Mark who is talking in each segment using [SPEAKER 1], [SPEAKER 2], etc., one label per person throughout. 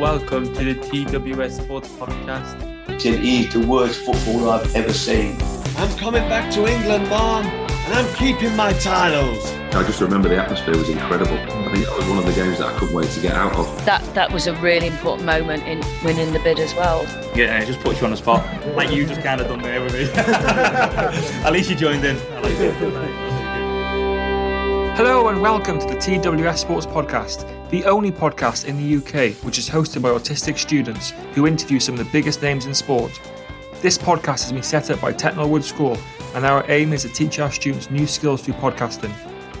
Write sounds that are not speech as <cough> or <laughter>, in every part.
[SPEAKER 1] Welcome to the TWS Sports Podcast.
[SPEAKER 2] It is the E worst football I've ever seen.
[SPEAKER 3] I'm coming back to England, Mom, and I'm keeping my titles.
[SPEAKER 4] I just remember the atmosphere was incredible. I think that was one of the games that I couldn't wait to get out of.
[SPEAKER 5] that that was a really important moment in winning the bid as well.
[SPEAKER 6] Yeah, it just puts you on the spot. like you just kind of done there
[SPEAKER 1] <laughs>
[SPEAKER 6] with me. At least you joined in. I like it.
[SPEAKER 1] Hello and welcome to the TWS Sports Podcast, the only podcast in the UK which is hosted by autistic students who interview some of the biggest names in sport. This podcast has been set up by Technolwood School, and our aim is to teach our students new skills through podcasting.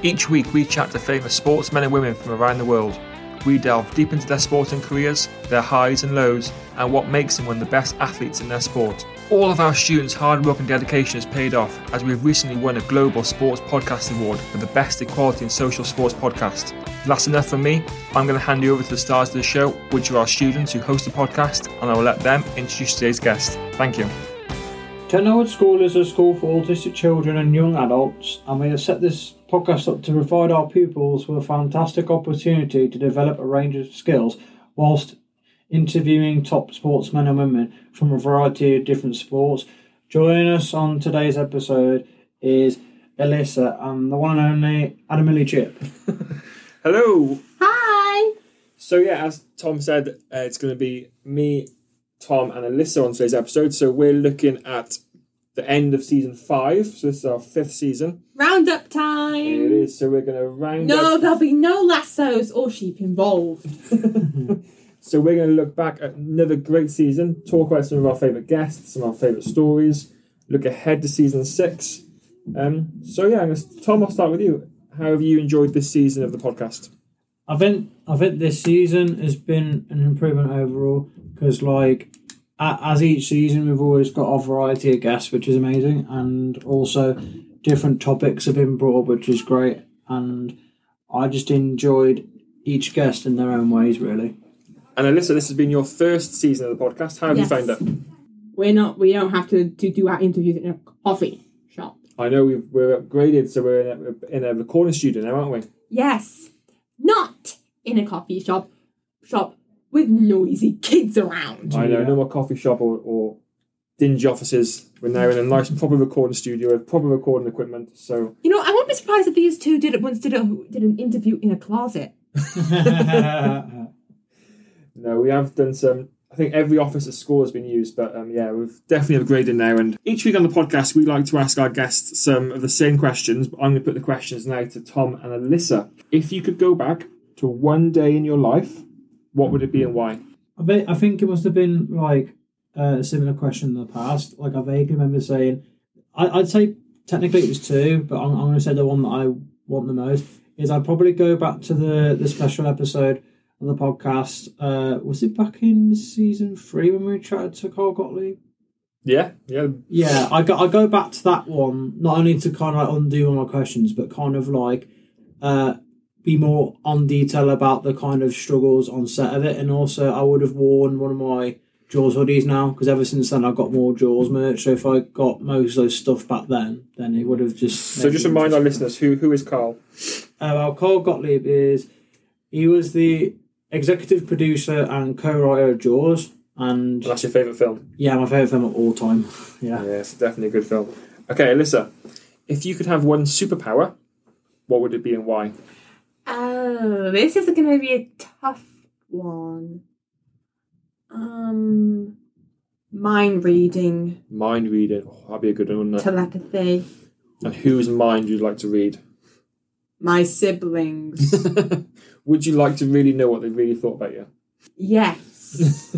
[SPEAKER 1] Each week, we chat to famous sportsmen and women from around the world. We delve deep into their sporting careers, their highs and lows, and what makes them one of the best athletes in their sport. All of our students' hard work and dedication has paid off, as we've recently won a Global Sports Podcast Award for the Best Equality and Social Sports Podcast. That's enough from me. I'm going to hand you over to the stars of the show, which are our students who host the podcast, and I will let them introduce today's guest. Thank you.
[SPEAKER 7] Technowood School is a school for autistic children and young adults, and we have set this podcast up to provide our pupils with a fantastic opportunity to develop a range of skills whilst interviewing top sportsmen and women from a variety of different sports. Joining us on today's episode is Alyssa and the one and only Adam Lee Chip.
[SPEAKER 1] Hello. Hi. So yeah, as Tom said, uh, it's going to be me, Tom, and Alyssa on today's episode. So we're looking at the end of season five. So this is our fifth season.
[SPEAKER 8] Roundup
[SPEAKER 1] It
[SPEAKER 8] time!
[SPEAKER 1] is. So we're going to round.
[SPEAKER 8] No,
[SPEAKER 1] up-
[SPEAKER 8] there'll be no lassos or sheep involved.
[SPEAKER 1] <laughs> So we're going to look back at another great season. Talk about some of our favourite guests, some of our favourite stories. Look ahead to season six. Um, so yeah, I'm gonna, Tom, I'll start with you. How have you enjoyed this season of the podcast?
[SPEAKER 7] I think I think this season has been an improvement overall because like a- as each season we've always got a variety of guests which is amazing and also different topics have been brought up which is great and I just enjoyed each guest in their own ways really.
[SPEAKER 1] And Alyssa, this has been your first season of the podcast. How have
[SPEAKER 8] Yes.
[SPEAKER 1] you found it?
[SPEAKER 8] We're not, we don't have to, to do our interviews in a coffee shop.
[SPEAKER 1] I know we've, we're upgraded, so we're in a, in a recording studio now, aren't we?
[SPEAKER 8] Yes, not in a coffee shop, shop with noisy kids around.
[SPEAKER 1] I know, no more coffee shop or, or dingy offices. We're now in a nice proper recording studio with proper recording equipment. So
[SPEAKER 8] You know, I wouldn't be surprised if these two did it once did, a, did an interview in a closet.
[SPEAKER 7] <laughs>
[SPEAKER 1] no, we have done some. I think every office at school has been used, but um, yeah, we've definitely upgraded now. And each week on the podcast, we like to ask our guests some of the same questions. But I'm going to put the questions now to Tom and Alyssa. If you could go back to one day in your life, what would it be and why?
[SPEAKER 7] I, bet, I think it must have been like a similar question in the past. Like I vaguely remember saying, I, I'd say technically it was two, but I'm, I'm going to say the one that I want the most is I'd probably go back to the the special episode of the podcast. Uh, was it back in season three when we chatted to Carl Gottlieb?
[SPEAKER 1] Yeah, yeah,
[SPEAKER 7] Yeah, I go I go back to that one not only to kind of like undo all my questions, but kind of like uh, be more on detail about the kind of struggles on set of it, and also I would have worn one of my Jaws hoodies now because ever since then I've got more Jaws merch. So if I got most of those stuff back then, then it would have just.
[SPEAKER 1] So just remind our listeners who who is Carl.
[SPEAKER 7] Uh, well, Carl Gottlieb is he was the executive producer and co-writer of Jaws, and
[SPEAKER 1] That's your favourite film.
[SPEAKER 7] yeah, my favorite film of all time. <laughs> Yeah.
[SPEAKER 1] Yeah, it's definitely a good film. Okay, Alyssa, if you could have one superpower, what would it be and why?
[SPEAKER 7] Oh, this is going to be a tough one. Um, mind reading,
[SPEAKER 1] Mind reading. Oh, that'd be a good one, wouldn't it?
[SPEAKER 7] telepathy,
[SPEAKER 1] and whose mind you'd like to read?
[SPEAKER 7] my siblings.
[SPEAKER 1] Would you like to really know what they really thought about you?
[SPEAKER 7] <laughs> yes.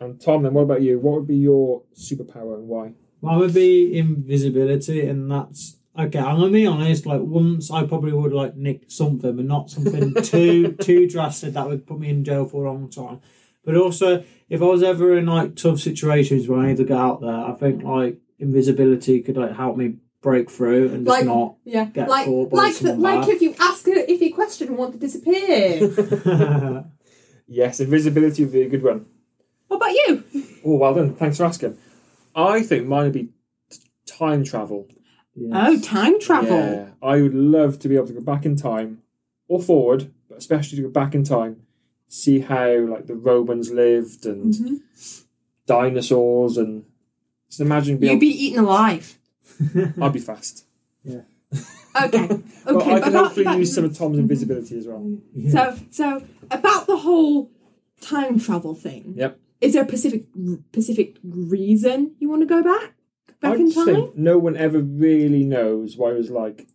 [SPEAKER 1] And Tom, then what about you? What would be your superpower and why?
[SPEAKER 9] Mine would be invisibility, and that's okay. I'm gonna be honest. Like once, I probably would like nick something, but not
[SPEAKER 7] <laughs>
[SPEAKER 9] something too too drastic that would put me in jail for a long time. But also, if I was ever in like tough situations where I need to get out there, I think like invisibility could like help me break through and just
[SPEAKER 7] Like,
[SPEAKER 9] not
[SPEAKER 7] yeah,
[SPEAKER 9] get
[SPEAKER 7] like,
[SPEAKER 9] caught by
[SPEAKER 7] like, the,
[SPEAKER 9] someone
[SPEAKER 7] like
[SPEAKER 9] bad.
[SPEAKER 7] if you ask a iffy question and want
[SPEAKER 9] <laughs>
[SPEAKER 7] to disappear.
[SPEAKER 1] Yes, invisibility would be a good one.
[SPEAKER 7] what about you?
[SPEAKER 1] Oh, well done. Thanks for asking. I think mine would be t- time travel.
[SPEAKER 7] Oh, time travel.
[SPEAKER 1] Yeah. I would love to be able to go back in time or forward, but especially to go back in time, see how like the Romans lived and
[SPEAKER 7] Mm-hmm.
[SPEAKER 1] dinosaurs and just imagine being
[SPEAKER 7] You'd be eaten alive.
[SPEAKER 1] I'd be fast.
[SPEAKER 7] Okay. Okay.
[SPEAKER 1] But I can
[SPEAKER 7] about
[SPEAKER 1] hopefully
[SPEAKER 7] that-
[SPEAKER 1] use some of Tom's
[SPEAKER 7] Mm-hmm.
[SPEAKER 1] invisibility as well.
[SPEAKER 7] So, so about the whole time travel thing.
[SPEAKER 1] Yep.
[SPEAKER 7] Is there a specific specific reason you want to go back back
[SPEAKER 1] I
[SPEAKER 7] in
[SPEAKER 1] just
[SPEAKER 7] time?
[SPEAKER 1] think no one ever really knows why it was like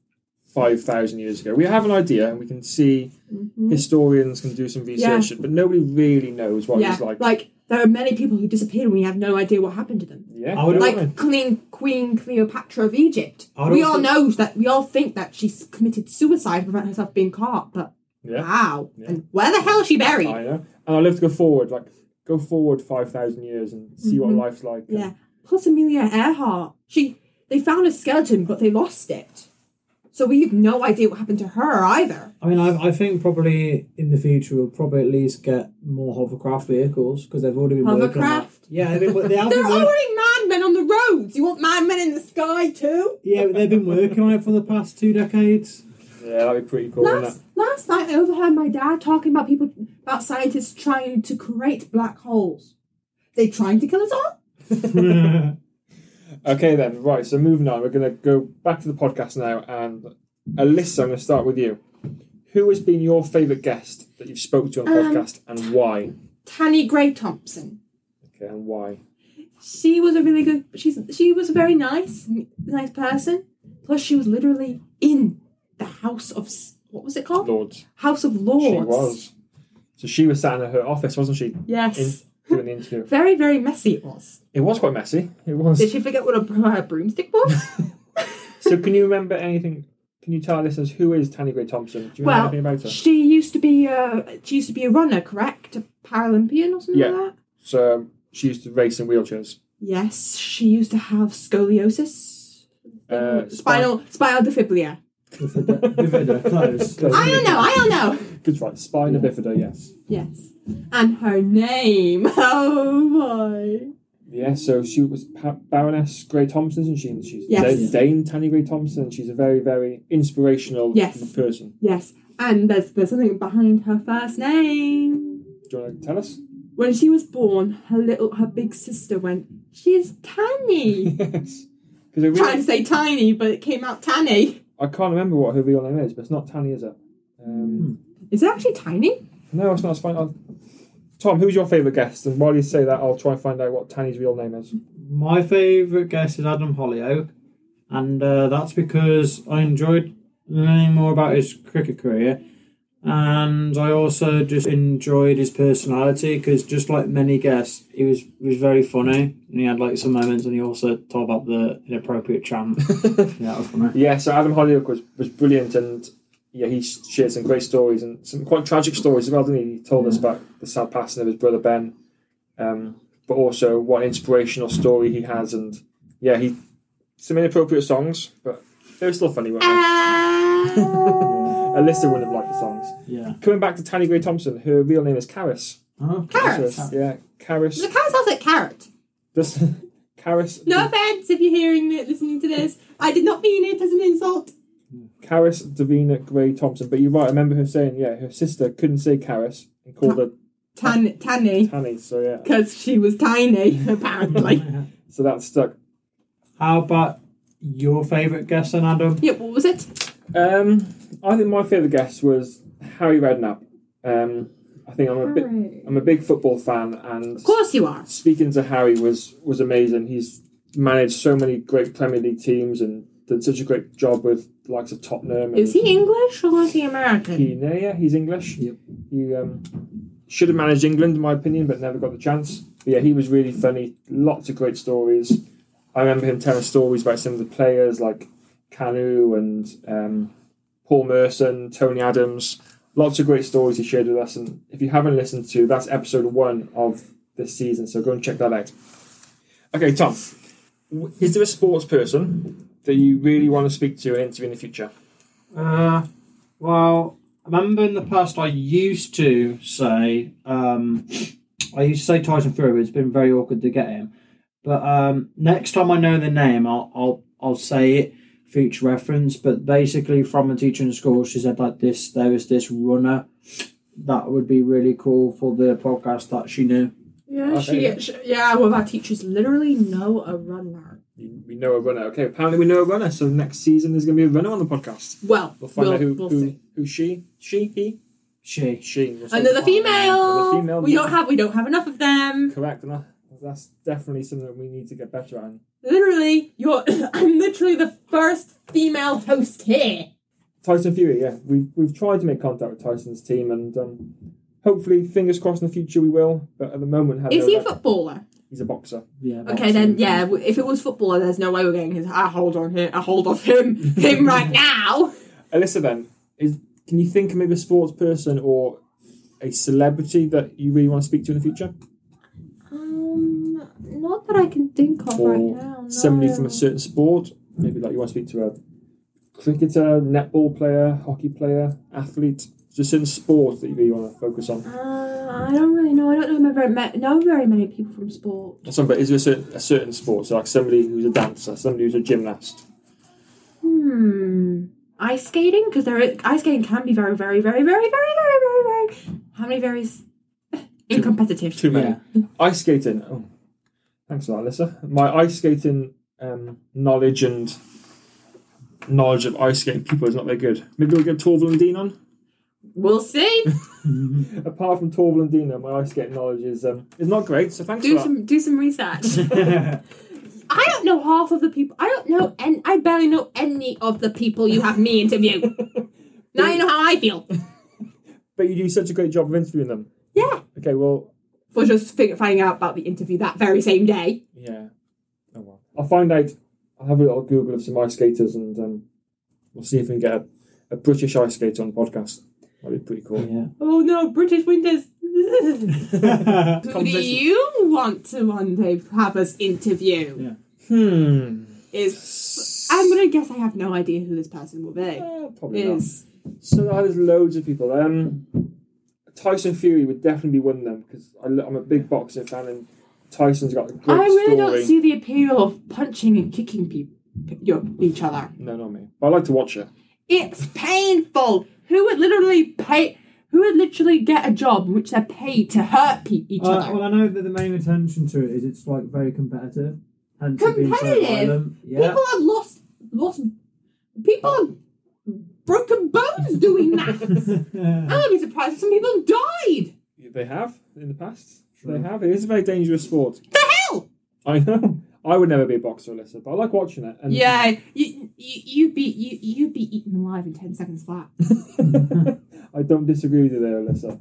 [SPEAKER 1] five thousand years ago. We have an idea and we can see
[SPEAKER 7] Mm-hmm.
[SPEAKER 1] historians can do some research, but nobody really knows what
[SPEAKER 7] yeah.
[SPEAKER 1] it was like.
[SPEAKER 7] there are many people who disappear and we have no idea what happened to them.
[SPEAKER 1] yeah,
[SPEAKER 9] I would
[SPEAKER 1] don't
[SPEAKER 7] Like
[SPEAKER 1] know.
[SPEAKER 7] Queen Queen Cleopatra of Egypt.
[SPEAKER 9] I would
[SPEAKER 7] We
[SPEAKER 9] also-
[SPEAKER 7] all know that we all think that she's committed suicide to prevent herself being caught, but
[SPEAKER 1] Yeah.
[SPEAKER 7] how and where the hell is she buried?
[SPEAKER 1] I know. And I love to go forward, like go forward five thousand years and see what life's like. and-
[SPEAKER 7] Mm-hmm. Yeah. Plus Amelia Earhart. She they found a skeleton but they lost it. So we have no idea what happened to her either.
[SPEAKER 9] I mean, I, I think probably in the future we'll probably at least get more hovercraft vehicles because they've already been working on that.
[SPEAKER 7] Hovercraft?
[SPEAKER 9] Yeah, they've
[SPEAKER 7] <laughs>
[SPEAKER 9] been, they have
[SPEAKER 7] There
[SPEAKER 9] been
[SPEAKER 7] are
[SPEAKER 9] working.
[SPEAKER 7] already madmen on the roads. You want madmen in the sky too?
[SPEAKER 9] Yeah, but they've been working on it for the past two decades.
[SPEAKER 1] yeah, that'd be pretty cool. wouldn't
[SPEAKER 7] Last,
[SPEAKER 1] it?
[SPEAKER 7] last night I overheard my dad talking about people about scientists trying to create black holes. They trying to kill us all?
[SPEAKER 1] Okay, then. Right. So moving on, we're gonna go back to the podcast now, and Alyssa, I'm gonna start with you. Who has been your favourite guest that you've spoke to on the
[SPEAKER 7] Um,
[SPEAKER 1] podcast, and why?
[SPEAKER 7] Tanny Gray Thompson.
[SPEAKER 1] Okay, and why?
[SPEAKER 7] she was a really good she's she was a very nice nice person plus she was literally in the house of S- what was it called
[SPEAKER 1] Lords.
[SPEAKER 7] house of lords
[SPEAKER 1] She was. So she was sat in her office, wasn't she?
[SPEAKER 7] yes
[SPEAKER 1] In, doing the interview.
[SPEAKER 7] very very messy it was
[SPEAKER 1] It was quite messy. It was.
[SPEAKER 7] did she forget what a, <laughs> her
[SPEAKER 1] <laughs>
[SPEAKER 7] broomstick was
[SPEAKER 1] So can you remember anything? Can you tell our listeners who is Tanny Gray Thompson? Do you know
[SPEAKER 7] well
[SPEAKER 1] anything about her?
[SPEAKER 7] she used to be a she used to be a runner correct a paralympian or something
[SPEAKER 1] Yeah.
[SPEAKER 7] like that
[SPEAKER 1] So um, she used to race in wheelchairs.
[SPEAKER 7] yes she used to have scoliosis
[SPEAKER 1] Uh,
[SPEAKER 7] spinal spinal defibrilia
[SPEAKER 9] Bifida, close. close.
[SPEAKER 7] i don't know i don't know
[SPEAKER 1] Good right, spina bifida. Yes.
[SPEAKER 7] yes and her name <laughs> oh my
[SPEAKER 1] Yeah. So she was pa- Baroness Gray Thompson, and she and she's
[SPEAKER 7] Yes.
[SPEAKER 1] Da- Dame Tanny Gray Thompson. She's a very very inspirational
[SPEAKER 7] Yes.
[SPEAKER 1] person.
[SPEAKER 7] Yes, and there's there's something behind her first name.
[SPEAKER 1] Do you want to tell us?
[SPEAKER 7] When she was born, her little her big sister went, "She's Tanny." <laughs>
[SPEAKER 1] yes. Because I,
[SPEAKER 7] Trying
[SPEAKER 1] really,
[SPEAKER 7] to say tiny, but it came out Tanny.
[SPEAKER 1] I can't remember what her real name is, but it's not Tanny, is it? Um,
[SPEAKER 7] Is it actually tiny?
[SPEAKER 1] No, it's not. It's fine. I'll... Tom, who's your favourite guest? And while you say that, I'll try and find out what Tanny's real name is.
[SPEAKER 9] My favourite guest is Adam Hollyoak, and uh, that's because I enjoyed learning more about his cricket career, and I also just enjoyed his personality because, just like many guests, he was he was very funny, and he had like some moments, and he also talked about the inappropriate tramp. yeah, that was funny.
[SPEAKER 1] Yeah, so Adam Hollyoak was, was brilliant, and yeah, he s- shared some great stories and some quite tragic stories as well, didn't he? He told us about the sad passing of his brother Ben, um, but also what an inspirational story he has, and yeah, he some inappropriate songs, but they were still funny, weren't they? Alyssa wouldn't have liked the songs.
[SPEAKER 9] Yeah.
[SPEAKER 1] Coming back to Tanny Gray Thompson, her real name is Karis.
[SPEAKER 9] Oh, okay.
[SPEAKER 7] Carrots.
[SPEAKER 1] So, yeah, Karis.
[SPEAKER 7] The carrot sounds like carrot.
[SPEAKER 1] This, <laughs> Karis.
[SPEAKER 7] No offense if you're hearing it, listening to this. I did not mean it as an insult.
[SPEAKER 1] Karis Davina Gray Thompson. But you're right, I remember her saying, yeah, her sister couldn't say Karis and called her
[SPEAKER 7] Tan Tanny,
[SPEAKER 1] Tanny. So yeah,
[SPEAKER 7] because she was tiny <laughs>
[SPEAKER 5] <laughs>
[SPEAKER 7] apparently.
[SPEAKER 1] so that stuck.
[SPEAKER 9] How about your favourite guest, then, Adam?
[SPEAKER 7] yeah, what was it?
[SPEAKER 1] Um, I think my favourite guest was Harry Redknapp. Um, I think I'm a bit,
[SPEAKER 7] Harry.
[SPEAKER 1] I'm a big football fan, and of
[SPEAKER 7] course you are.
[SPEAKER 1] Speaking to Harry was was amazing. He's managed so many great Premier League teams and did such a great job with the likes of Tottenham. and-
[SPEAKER 7] Is he English or is he American?
[SPEAKER 1] He, no, yeah, he's English. He um, should have managed England, in my opinion, but never got the chance. But yeah, he was really funny. Lots of great stories. I remember him telling stories about some of the players like Canu and um, Paul Merson, Tony Adams. Lots of great stories he shared with us. And if you haven't listened to, that's episode one of this season. So go and check that out. Okay, Tom, w- is there a sports person that you really want to speak to and interview in the future?
[SPEAKER 5] Uh, well, I remember in the past I used to say, um, I used to say Tyson Fury, but it's been very awkward to get him. But um, next time I know the name, I'll, I'll I'll say it, future reference. But basically, from a teacher in school, she said like this: there was this runner that would be really cool for the podcast that she knew.
[SPEAKER 7] Yeah,
[SPEAKER 5] I
[SPEAKER 7] she,
[SPEAKER 5] think-
[SPEAKER 7] she, yeah, one of our teachers literally know a runner.
[SPEAKER 1] We know a runner. Okay, apparently we know a runner. So next season there's going to be a runner on the podcast.
[SPEAKER 7] Well,
[SPEAKER 1] we'll find
[SPEAKER 7] we'll-
[SPEAKER 1] out who,
[SPEAKER 7] we'll
[SPEAKER 1] who,
[SPEAKER 7] see.
[SPEAKER 1] who she, she, he,
[SPEAKER 5] she,
[SPEAKER 1] she. We'll
[SPEAKER 7] Another
[SPEAKER 1] see.
[SPEAKER 7] female.
[SPEAKER 1] Another female.
[SPEAKER 7] We don't have we don't have enough of them.
[SPEAKER 1] Correct. And that, that's definitely something that we need to get better at.
[SPEAKER 7] Literally, you're <coughs> I'm literally the first female host here.
[SPEAKER 1] Tyson Fury. Yeah, we we've tried to make contact with Tyson's team, and um, hopefully, fingers crossed in the future we will. But at the moment, have
[SPEAKER 7] Is
[SPEAKER 1] no
[SPEAKER 7] he a
[SPEAKER 1] luck.
[SPEAKER 7] footballer?
[SPEAKER 1] He's a boxer.
[SPEAKER 5] Yeah.
[SPEAKER 7] Okay, then yeah. w- If it was footballer, there's no way we're getting his. I hold on here. I hold off him. <laughs> Him right now.
[SPEAKER 1] Alyssa, then is can you think of maybe a sports person or a celebrity that you really want to speak to in the future,
[SPEAKER 7] Um, not that I can think of
[SPEAKER 1] or
[SPEAKER 7] right now.
[SPEAKER 1] somebody from a certain sport? Maybe like you want to speak to a cricketer, netball player, hockey player, athlete. Just in sport that you really want to focus on.
[SPEAKER 7] Uh, I don't really know. I don't know very ma- know very many people from sport.
[SPEAKER 1] Some, but is there a certain, a certain sport? So like somebody who's a dancer, somebody who's a gymnast.
[SPEAKER 7] Hmm. Ice skating because there is, ice skating can be very very very very very very very very how many varies incompetitive
[SPEAKER 1] Too many. Ice skating. Oh, thanks a lot, Alyssa. My ice skating um, knowledge and knowledge of ice skating people is not very good. Maybe we'll get Torval and Dean on.
[SPEAKER 7] We'll see.
[SPEAKER 1] Apart from Torval and Dean, my ice skating knowledge is um, is not great. So thanks
[SPEAKER 7] do
[SPEAKER 1] for
[SPEAKER 7] some do some
[SPEAKER 5] <laughs>
[SPEAKER 7] research <laughs>
[SPEAKER 1] that.
[SPEAKER 7] I don't know half of the people I don't know and I barely know any of the people you have me interview now you know how I feel
[SPEAKER 1] but you do such a great job of interviewing them.
[SPEAKER 7] Yeah.
[SPEAKER 1] Okay. Well,
[SPEAKER 7] for just fig- finding out about the interview that very same day
[SPEAKER 1] yeah. Oh well. I'll find out. I'll have a little Google of some ice skaters, and um, we'll see if we can get a, a British ice skater on the podcast. That'd be pretty cool.
[SPEAKER 5] <laughs> Yeah.
[SPEAKER 7] oh no
[SPEAKER 5] <laughs>
[SPEAKER 7] British winters who do
[SPEAKER 1] Conversation.
[SPEAKER 7] you want to one day have us interview
[SPEAKER 1] Hmm.
[SPEAKER 7] is I'm gonna guess I have no idea who this person will be.
[SPEAKER 1] Uh, Probably
[SPEAKER 7] is
[SPEAKER 1] not. So now there's loads of people. Um, Tyson Fury would definitely be one of them because I'm a big boxing fan and Tyson's got a great
[SPEAKER 7] I
[SPEAKER 1] story.
[SPEAKER 7] really don't see the appeal of punching and kicking people your, each other.
[SPEAKER 1] No, not me. But I like to watch it.
[SPEAKER 7] It's painful. Who would literally pay? Who would literally get a job in which they're paid to hurt pe- each
[SPEAKER 5] Uh,
[SPEAKER 7] other?
[SPEAKER 5] well, I know that the main attention to it is it's like very competitive. and Being so
[SPEAKER 7] Competitive?
[SPEAKER 5] violent. Yeah.
[SPEAKER 7] People have lost lost. People have broken bones doing that. I'll be surprised if some people have died.
[SPEAKER 1] They have in the past. They have. It is a very dangerous sport. The
[SPEAKER 7] hell!
[SPEAKER 1] I know. I would never be a boxer, Alyssa, but I like watching it. And
[SPEAKER 7] Yeah, you you you'd be you you'd be eaten alive in ten seconds flat.
[SPEAKER 1] <laughs> I don't disagree with you there, Alyssa.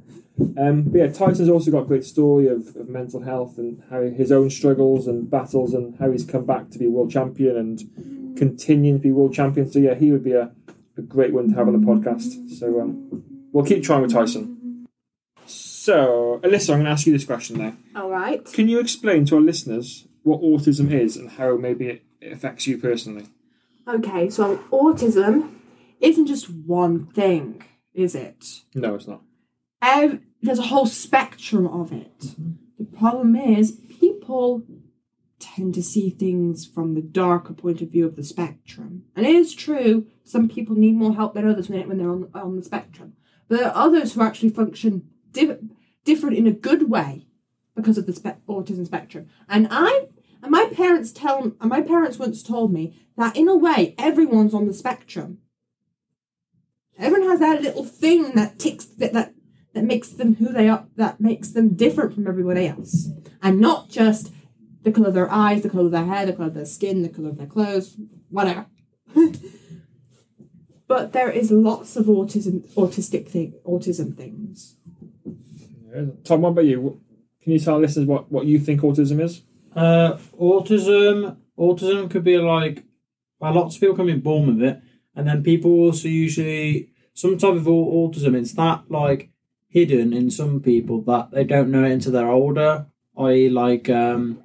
[SPEAKER 1] Um, but yeah, Tyson's also got a great story of, of mental health and how his own struggles and battles and how he's come back to be world champion and continuing to be world champion. So yeah, he would be a, a great one to have on the podcast. So um, we'll keep trying with Tyson. So Alyssa, I'm going to ask you this question now.
[SPEAKER 7] All right.
[SPEAKER 1] Can you explain to our listeners what autism is and how maybe it, it affects you personally?
[SPEAKER 7] Okay, so autism isn't just one thing, is it?
[SPEAKER 1] No, it's not.
[SPEAKER 7] Ev- there's a whole spectrum of it. The problem is people tend to see things from the darker point of view of the spectrum. And it is true, some people need more help than others when it- when they're on, on the spectrum. But there are others who actually function diff- different in a good way because of the spe- autism spectrum. And I and my parents tell and my parents once told me that in a way everyone's on the spectrum.
[SPEAKER 5] Everyone has that little thing that ticks that that, that makes them who they are. That makes them different from everybody else, and not just the color of their eyes, the color of their hair, the color of their skin, the color of their clothes, whatever. <laughs> but there is lots of autism, autistic thing, autism things.
[SPEAKER 1] Yeah. Tom, what about you? Can you tell our listeners what, what you think autism is?
[SPEAKER 7] Uh, autism. Autism could be like, well, lots of people can be born with it, and then people also usually some type of au- autism. It's that like hidden in some people that they don't know it until they're older. I.e., like, um,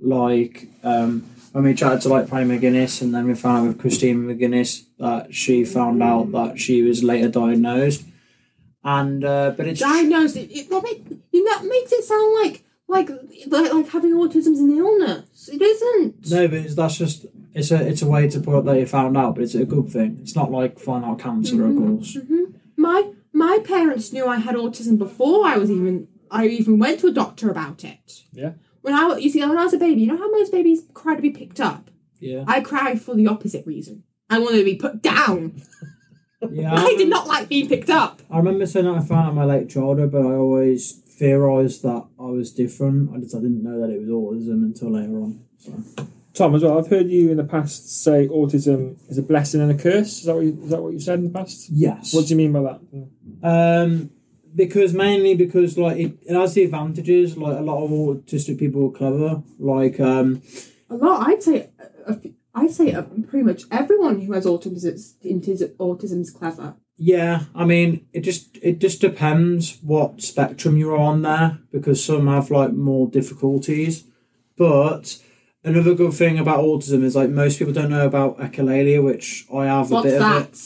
[SPEAKER 7] like um, when we chatted to like Prime McGuinness, and then we found out with Christine McGuinness that she found out that she was later diagnosed. And uh, but it's
[SPEAKER 5] Diagnosed. It, it- that, make, you know, that makes it sound like like like, like having autism's an illness. It isn't.
[SPEAKER 7] No, but it's, that's just it's a it's a way to put that you found out, but it's a good thing. It's not like find out cancer, of course.
[SPEAKER 5] My my parents knew I had autism before I was even I even went to a doctor about it.
[SPEAKER 1] Yeah.
[SPEAKER 5] When I you see when I was a baby, you know how most babies cry to be picked up.
[SPEAKER 7] Yeah.
[SPEAKER 5] I cried for the opposite reason. I wanted to be put down.
[SPEAKER 7] yeah.
[SPEAKER 5] I did not like being picked up.
[SPEAKER 7] I remember saying that I found out in my late childhood, but I always theorised that I was different. I just I didn't know that it was autism until later on. So.
[SPEAKER 1] Tom, as well, I've heard you in the past say autism is a blessing and a curse. Is that what you, is that what you said in the past?
[SPEAKER 7] Yes.
[SPEAKER 1] What do you mean by that?
[SPEAKER 7] Um, because mainly because like it, it has the advantages. Like a lot of autistic people are clever. Like um,
[SPEAKER 5] A lot. I'd say. A, a, few- I'd say uh, pretty much everyone who has autism is autis- autism's clever.
[SPEAKER 7] Yeah, I mean, it just it just depends what spectrum you're on there because some have like more difficulties. But another good thing about autism is like most people don't know about echolalia, which I have a
[SPEAKER 5] What's
[SPEAKER 7] bit of
[SPEAKER 5] that?
[SPEAKER 7] it.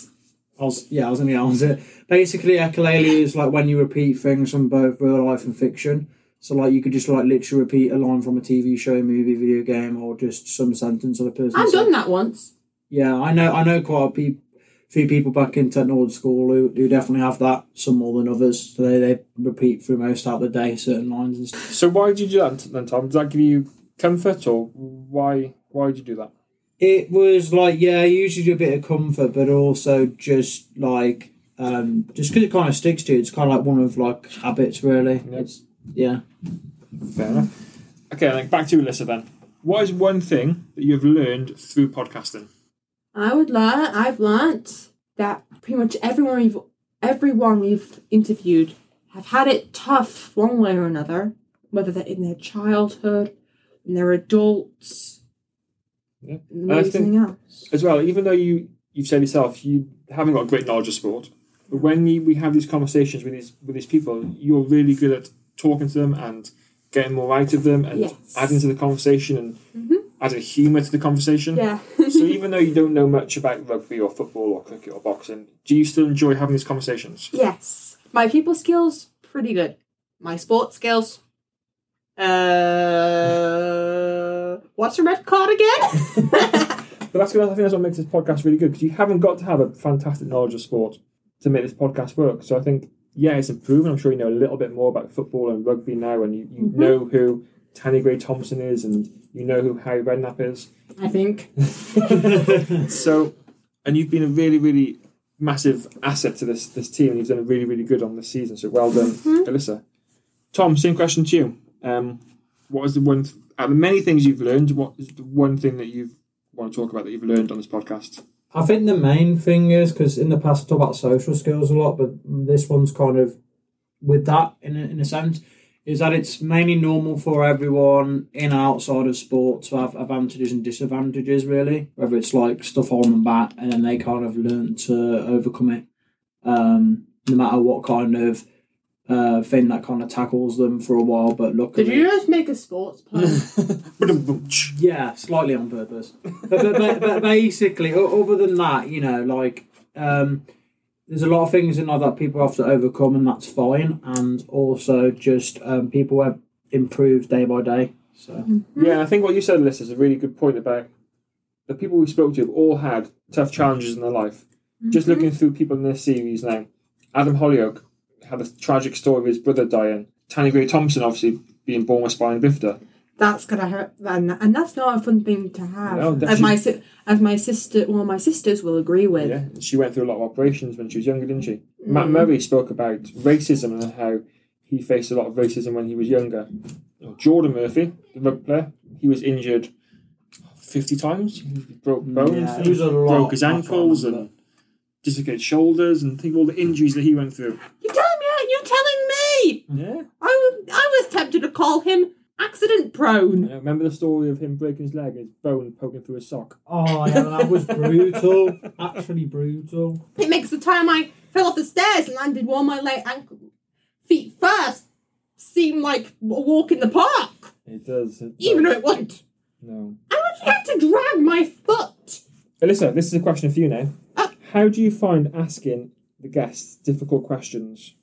[SPEAKER 7] I was yeah, I was gonna get on to it. Basically, echolalia is like when you repeat things from both real life and fiction. So like you could just like literally repeat a line from a TV show, movie, video game, or just some sentence of a person.
[SPEAKER 5] I've
[SPEAKER 7] said.
[SPEAKER 5] done that once.
[SPEAKER 7] Yeah, I know. I know quite a pe- few people back in technical school who, who definitely have that. Some more than others. So they, they repeat through most out of the day certain lines and stuff.
[SPEAKER 1] So why did you do that then, Tom? Did that give you comfort, or why why did you do that?
[SPEAKER 7] It was like yeah, usually a bit of comfort, but also just like um, just because it kind of sticks to you. It's kind of like one of like habits, really. It's, yeah.
[SPEAKER 1] Fair enough. Okay, then back to Alyssa then. What is one thing that you've learned through podcasting?
[SPEAKER 5] I would learn. I've learnt that pretty much everyone we've everyone we've interviewed have had it tough one way or another, whether they're in their childhood, in their adults,
[SPEAKER 1] Yeah.
[SPEAKER 5] and anything else.
[SPEAKER 1] as well, even though you you've said yourself you haven't got a great knowledge of sport, but when you, we have these conversations with these with these people, you're really good at talking to them and getting more out of them and
[SPEAKER 5] Yes. Mm-hmm.
[SPEAKER 1] adding to the conversation and adding humour to the conversation.
[SPEAKER 5] Yeah.
[SPEAKER 1] so even though you don't know much about rugby or football or cricket or boxing, do you still enjoy having these conversations?
[SPEAKER 5] Yes, my people skills pretty good. My sports skills. Uh, what's a red card again?
[SPEAKER 1] But that's good. I think that's what makes this podcast really good because you haven't got to have a fantastic knowledge of sport to make this podcast work. So I think, yeah, it's improving. I'm sure you know a little bit more about football and rugby now, and you, you
[SPEAKER 5] Mhm.
[SPEAKER 1] know who Tanny Gray Thompson is, and you know who Harry Redknapp is.
[SPEAKER 5] I think.
[SPEAKER 1] so, and you've been a really, really massive asset to this this team, and you've done really, really good on this season. So well done, Alyssa. Tom, same question to you. Um, what is the one th- out of the many things you've learned? What is the one thing that you want to talk about that you've learned on this podcast?
[SPEAKER 7] I think the main thing is because in the past I talk about social skills a lot, but this one's kind of with that in a, in a sense is that it's mainly normal for everyone in and outside of sport to have advantages and disadvantages really whether it's like stuff holding them back and then they kind of learn to overcome it um, no matter what kind of uh, thing that kind of tackles them for a while but luckily
[SPEAKER 5] Did you just make a
[SPEAKER 7] <laughs>
[SPEAKER 5] sports pun?
[SPEAKER 7] yeah, slightly on purpose. But, but, but, but basically, o- other than that, you know, like um, there's a lot of things in life that people have to overcome, and that's fine. And also, just um, people have improved day by day. So
[SPEAKER 1] Yeah, and I think what you said, Alyssa, is a really good point about the people we spoke to have all had tough challenges in their life.
[SPEAKER 7] Mm-hmm.
[SPEAKER 1] Just looking through people in this series now, Adam Holyoke had a tragic story of his brother dying. Tanny Gray Thompson, obviously, being born with spina bifida.
[SPEAKER 5] that's gonna hurt, and, and that's not a fun thing to have.
[SPEAKER 1] No,
[SPEAKER 5] as
[SPEAKER 1] definitely.
[SPEAKER 5] my si- as my sister, well, my sisters will agree with.
[SPEAKER 1] Yeah, she went through a lot of operations when she was younger, didn't she?
[SPEAKER 7] Mm-hmm.
[SPEAKER 1] Matt
[SPEAKER 5] Mm.
[SPEAKER 1] Murray spoke about racism and how he faced a lot of racism when he was younger. Oh, Jordan Murphy, the rugby player, he was injured fifty times. He broke bones,
[SPEAKER 7] Mm, yeah, it was a lot.
[SPEAKER 1] broke his
[SPEAKER 7] I can't
[SPEAKER 1] ankles, and
[SPEAKER 7] remember.
[SPEAKER 1] dislocated shoulders, and think of all the injuries that he went through.
[SPEAKER 5] You're telling me. You're telling me.
[SPEAKER 1] Yeah.
[SPEAKER 5] I was, I was tempted to call him accident prone.
[SPEAKER 1] You know, remember the story of him breaking his leg and his bone poking through his sock?
[SPEAKER 7] Oh, yeah, that was brutal. Actually, brutal.
[SPEAKER 5] It makes the time I fell off the stairs and landed on my leg ankle, feet first seem like a walk in the park,
[SPEAKER 1] It does. It
[SPEAKER 5] even though
[SPEAKER 1] does.
[SPEAKER 5] it wasn't.
[SPEAKER 1] No.
[SPEAKER 5] I would have to drag my foot. Uh,
[SPEAKER 1] Alyssa, this is a question for you now. How do you find asking the guests difficult questions?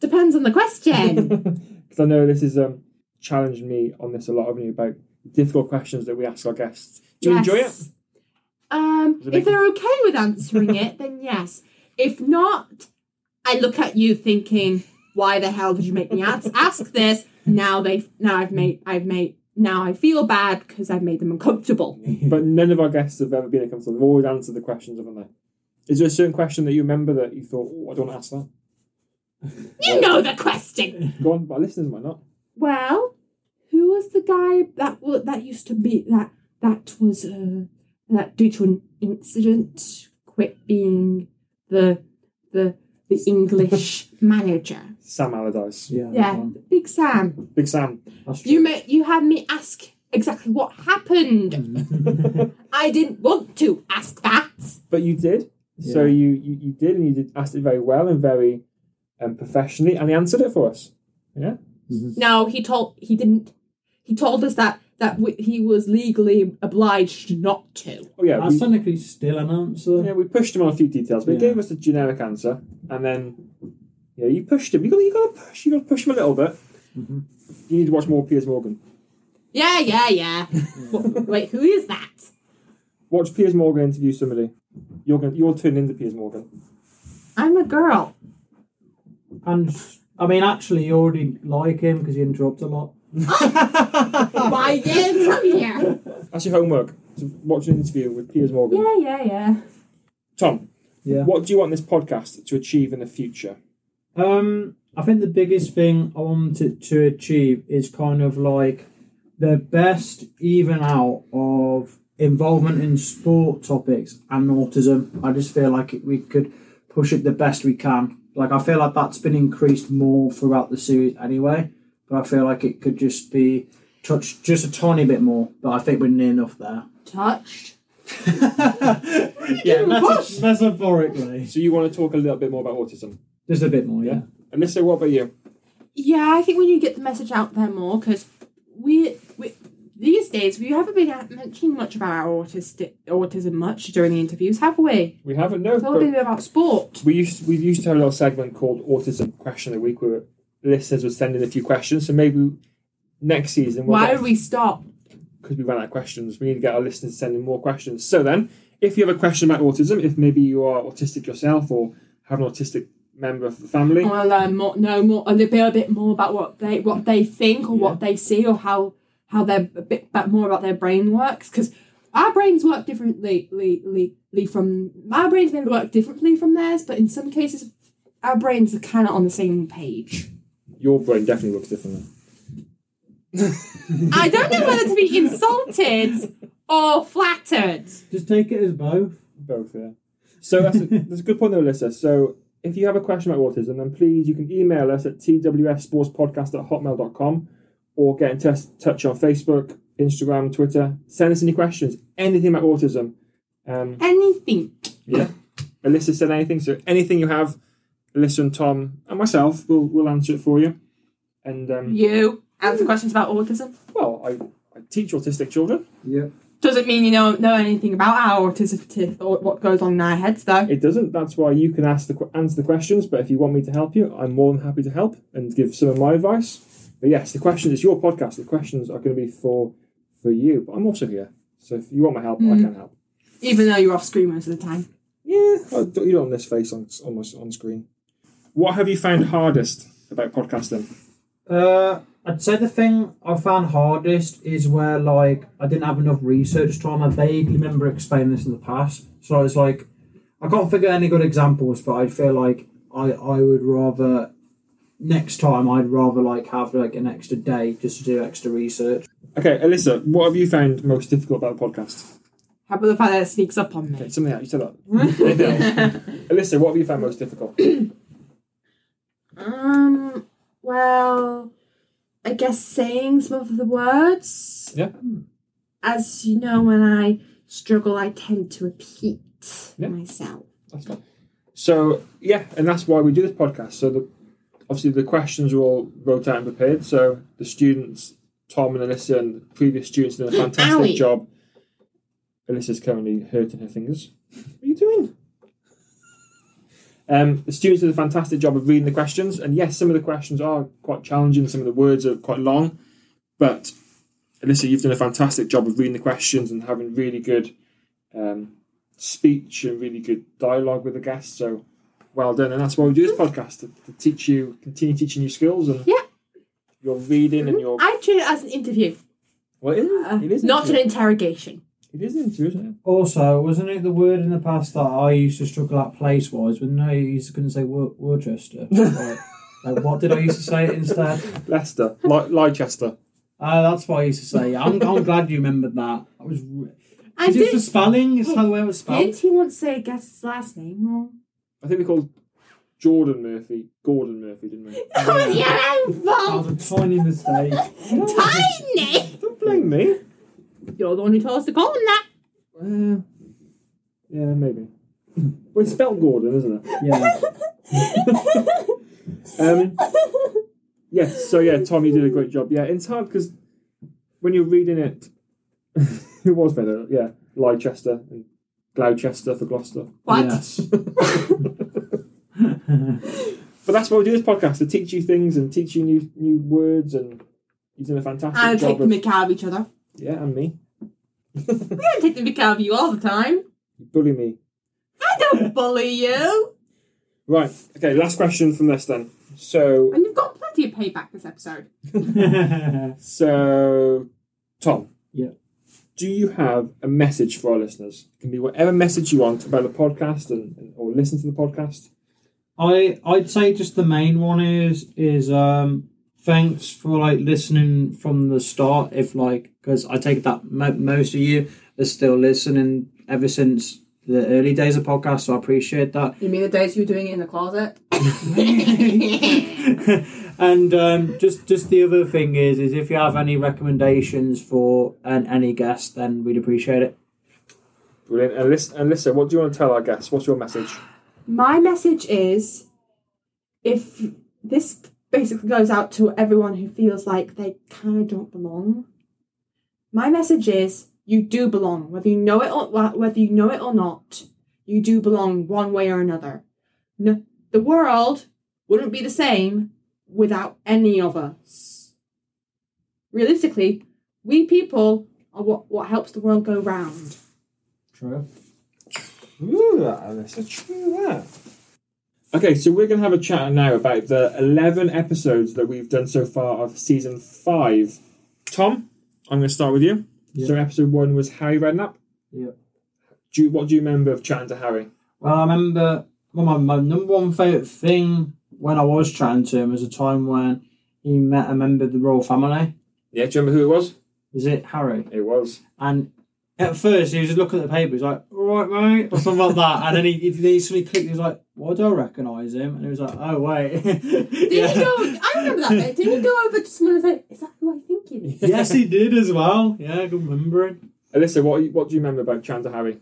[SPEAKER 5] Depends on the question. <laughs>
[SPEAKER 1] Because I know this has um, challenged me on this a lot of you about difficult questions that we ask our guests. Do you enjoy it?
[SPEAKER 5] Yes. Um,
[SPEAKER 1] Does it
[SPEAKER 5] if
[SPEAKER 1] make-
[SPEAKER 5] they're okay with answering <laughs> it, then yes. If not, I look at you thinking, "Why the hell did you make me ask, ask this?" Now they, now I've made, I've made, now I feel bad because I've made them uncomfortable. <laughs>
[SPEAKER 1] but none of our guests have ever been uncomfortable. They've always answered the questions, haven't they? Is there a certain question that you remember that you thought, oh, I don't want to ask
[SPEAKER 5] You know the question.
[SPEAKER 1] that? Go on, but our listeners might not.
[SPEAKER 5] Well, who was the guy that wa- that used to be that that was uh, that due to an incident quit being the the the English <laughs> manager?
[SPEAKER 1] Sam Allardyce.
[SPEAKER 5] Yeah, Big Sam.
[SPEAKER 1] Big Sam.
[SPEAKER 5] You ma- you had me ask exactly what happened. I didn't want to ask that.
[SPEAKER 1] But you did. So you, you, you did, and you did asked it very well and very um, professionally, and he answered it for us. Yeah?
[SPEAKER 5] No, he told he didn't. He told us that that w- he was legally obliged not to.
[SPEAKER 1] Oh, yeah.
[SPEAKER 7] That's
[SPEAKER 1] we-
[SPEAKER 7] technically still an answer.
[SPEAKER 1] Yeah, we pushed him on a few details, but he
[SPEAKER 7] Yeah.
[SPEAKER 1] gave us a generic answer, and then yeah, you pushed him. You got you got to push. You got to push him a little bit.
[SPEAKER 7] Mm-hmm.
[SPEAKER 1] You need to watch more Piers Morgan.
[SPEAKER 5] Yeah, yeah, yeah. Wh- Wait, who is that?
[SPEAKER 1] Watch Piers Morgan interview somebody. You're going. You'll turn into Piers Morgan.
[SPEAKER 5] I'm a girl.
[SPEAKER 7] And s- I mean, actually, you already like him because he interrupts a lot.
[SPEAKER 5] Why did come here?
[SPEAKER 1] That's your homework. To watch an interview with Piers Morgan.
[SPEAKER 5] Yeah, yeah, yeah.
[SPEAKER 1] Tom.
[SPEAKER 7] Yeah.
[SPEAKER 1] What do you want this podcast to achieve in the future?
[SPEAKER 7] Um, I think the biggest thing I wanted to achieve is kind of like the best even out of involvement in sport topics and autism. I just feel like it, we could push it the best we can. Like I feel like that's been increased more throughout the series anyway, but I feel like it could just be touched just a tiny bit more. But I think we're near enough there.
[SPEAKER 5] Touched.
[SPEAKER 7] Yeah, meta- metaphorically,
[SPEAKER 1] So you want to talk a little bit more about autism?
[SPEAKER 7] just a bit more. Yeah.
[SPEAKER 1] Alyssa, what about you?
[SPEAKER 5] Yeah, I think we need to get the message out there more because we, we these days we haven't been mentioning much about our autistic autism much during the interviews, have we?
[SPEAKER 1] We haven't no.
[SPEAKER 5] It's all been
[SPEAKER 1] but
[SPEAKER 5] about sport.
[SPEAKER 1] We used we used to have a little segment called Autism Question of the Week where listeners would send in a few questions. So maybe next season. we'll
[SPEAKER 5] Why
[SPEAKER 1] get-
[SPEAKER 5] did we stop?
[SPEAKER 1] because we ran out of questions. We need to get our listeners sending more questions. So then, if you have a question about autism, if maybe you are autistic yourself or have an autistic member of the family,
[SPEAKER 5] I want to learn more, know more, a little bit more about what they what they think or what they see or how how they're a bit but more about their brain works because our brains work differently li- li- li- from my brains may work differently from theirs, but in some cases our brains are kind of on the same page.
[SPEAKER 1] your brain definitely works differently.
[SPEAKER 5] I don't know whether to be insulted or flattered.
[SPEAKER 7] Just take it as both.
[SPEAKER 1] Both, yeah. So that's a, that's a good point, though, Alyssa. So if you have a question about autism, then please you can email us at twsportspodcast at hotmail.com or get in tus- touch on Facebook, Instagram, Twitter. Send us any questions, anything about autism. Um,
[SPEAKER 5] Anything.
[SPEAKER 1] Yeah. Alyssa said anything, so anything you have, Alyssa and Tom and myself will will answer it for you. And um,
[SPEAKER 5] You answer questions about autism.
[SPEAKER 1] well, I, I teach autistic children.
[SPEAKER 7] Yeah.
[SPEAKER 5] Doesn't mean you know know anything about our autism t- or what goes on in our heads though.
[SPEAKER 1] It doesn't. That's why you can ask the que- answer the questions. But if you want me to help you, I'm more than happy to help and give some of my advice. But yes, the questions it's your podcast. The questions are going to be for for you. But I'm also here, so if you want my help, I
[SPEAKER 5] Mm.
[SPEAKER 1] can help.
[SPEAKER 5] Even though you're off screen most of the time.
[SPEAKER 1] Yeah, I don't, you don't want this face on on, my, on screen. What have you found hardest about podcasting?
[SPEAKER 7] Uh, I'd say the thing I found hardest is where like I didn't have enough research time. I vaguely remember explaining this in the past, so I was like, I can't figure any good examples, but I feel like I I would rather next time I'd rather like have like an extra day just to do extra research.
[SPEAKER 1] Okay, Alyssa, what have you found most difficult about the podcast?
[SPEAKER 5] How about the fact that it sneaks up on me?
[SPEAKER 1] Okay, something else. You
[SPEAKER 5] <laughs>
[SPEAKER 1] said that. Anything else? Alyssa, what have you found most difficult?
[SPEAKER 5] Um. Well, I guess saying some of the words.
[SPEAKER 1] Yeah.
[SPEAKER 5] As you know, when I struggle, I tend to repeat myself.
[SPEAKER 1] That's fine. So yeah, and that's why we do this podcast. So the obviously the questions were all wrote out and prepared. So the students, Tom and Alyssa, and the previous students did a fantastic
[SPEAKER 5] Owie.
[SPEAKER 1] job. Alyssa's currently hurting her fingers. What are you doing? Um, the students did a fantastic job of reading the questions, and yes, some of the questions are quite challenging. Some of the words are quite long, but Alyssa, you've done a fantastic job of reading the questions and having really good um, speech and really good dialogue with the guests. So well done, and that's why we do this podcast to, to teach you, continue teaching you skills and
[SPEAKER 5] Yeah.
[SPEAKER 1] your reading and your.
[SPEAKER 5] I treat it as an interview,
[SPEAKER 1] Well, it is.
[SPEAKER 5] uh,
[SPEAKER 1] It is
[SPEAKER 5] not an
[SPEAKER 1] interview.
[SPEAKER 5] interrogation.
[SPEAKER 1] It is an interview, isn't it?
[SPEAKER 7] Also, wasn't it the word in the past that I used to struggle at place wise when I used to couldn't say Wor-
[SPEAKER 5] <laughs>
[SPEAKER 7] Worcester? like, like, what did I used to say it instead?
[SPEAKER 1] Leicester, Ly- Leicester.
[SPEAKER 7] Uh, that's what I used to say. I'm, I'm glad you remembered that. I was. Re-
[SPEAKER 5] I
[SPEAKER 7] is it
[SPEAKER 5] did- Oh,
[SPEAKER 7] for spelling? Is how the way it was
[SPEAKER 5] Did
[SPEAKER 7] spelled?
[SPEAKER 5] he once say guess his last name wrong?
[SPEAKER 1] I think we called Jordan Murphy Gordon Murphy, didn't we?
[SPEAKER 5] That was your own
[SPEAKER 7] That
[SPEAKER 5] fault.
[SPEAKER 7] was a tiny mistake.
[SPEAKER 5] Tiny.
[SPEAKER 1] Don't blame me.
[SPEAKER 5] You're the one who told us to call him that.
[SPEAKER 1] Uh, yeah, maybe. well, it's spelled Gordon, isn't it?
[SPEAKER 7] Yeah.
[SPEAKER 1] Um, yes. So yeah, Tom, you did a great job. Yeah, it's hard because when you're reading it, <laughs> it was better. Yeah, Leicester and Gloucester for Gloucester.
[SPEAKER 5] <laughs> What?
[SPEAKER 7] Yes.
[SPEAKER 1] But that's why we do this podcast to teach you things and teach you new new words and. You've done a fantastic
[SPEAKER 5] I
[SPEAKER 1] job
[SPEAKER 5] take the
[SPEAKER 1] of
[SPEAKER 5] mick out of each other.
[SPEAKER 1] yeah, and me.
[SPEAKER 5] We don't take the mick out of you all the time.
[SPEAKER 1] You bully me.
[SPEAKER 5] I don't bully you.
[SPEAKER 1] Right. Okay. Last question from this then. So
[SPEAKER 5] And you've got plenty of payback this episode.
[SPEAKER 1] So, Tom.
[SPEAKER 7] Yeah.
[SPEAKER 1] Do you have a message for our listeners? It can be whatever message you want about the podcast and, and- or listen to the podcast.
[SPEAKER 7] I I'd say just the main one is is um thanks for like listening from the start. If like because I take that mo- most of you are still listening ever since the early days of podcast, so I appreciate that.
[SPEAKER 5] You mean the days you were doing it in the closet?
[SPEAKER 7] <laughs>
[SPEAKER 5] <laughs>
[SPEAKER 7] and um, just just the other thing is is if you have any recommendations for an, any guest, then we'd appreciate it.
[SPEAKER 1] Brilliant. And, listen, and Lisa, what do you want to tell our guests? What's your message?
[SPEAKER 5] My message is if this basically goes out to everyone who feels like they kind of don't belong. My message is you do belong, whether you know it or wh- whether you know it or not. You do belong one way or another. No, the world wouldn't be the same without any of us. Realistically, we people are what, what helps the world go round.
[SPEAKER 7] True.
[SPEAKER 1] Ooh, Alyssa, true that. Okay, so we're going to have a chat now about the 11 episodes that we've done so far of season five. Tom, I'm going to start with you.
[SPEAKER 7] Yeah.
[SPEAKER 1] So, episode one was Harry Redknapp.
[SPEAKER 7] Yeah.
[SPEAKER 1] Do you, what do you remember of chatting to Harry?
[SPEAKER 7] Well, I remember well, my, my number one favourite thing when I was chatting to him was a time when he met a member of the royal family.
[SPEAKER 1] Yeah, do you remember who it was?
[SPEAKER 7] Was it Harry?
[SPEAKER 1] It was.
[SPEAKER 7] And at first, he was just looking at the paper. He's like, "All right, mate," or something like that. And then he, then he suddenly clicked. He was like, "Why do I recognise him?" And he was like, "Oh wait." <laughs> Did
[SPEAKER 5] Didn't he go? I remember that bit. Didn't he go over to someone and say, "Is that who I think it is?"
[SPEAKER 7] yes, he did as well. Yeah, I can remember it.
[SPEAKER 1] Alyssa, what what do you remember about Chandler Harry?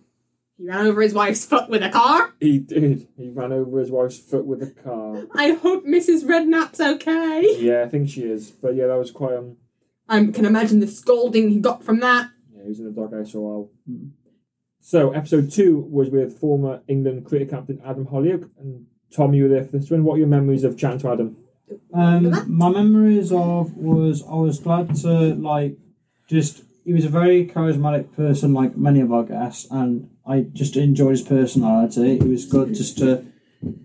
[SPEAKER 5] He ran over his wife's foot with a car.
[SPEAKER 1] He did. He ran over his wife's foot with a <laughs> car.
[SPEAKER 5] I hope Mrs. Redknapp's okay.
[SPEAKER 1] yeah, I think she is. But yeah, that was quite um.
[SPEAKER 5] I can imagine the scolding he got from that.
[SPEAKER 1] Yeah, he was in the doghouse for a while. So episode two was with former England cricket captain Adam Holyoke and Tom. You were there for this one. What are your memories of chatting to Adam?
[SPEAKER 7] Um, my memories of was I was glad to like just he was a very charismatic person, like many of our guests, and I just enjoyed his personality. It was good just to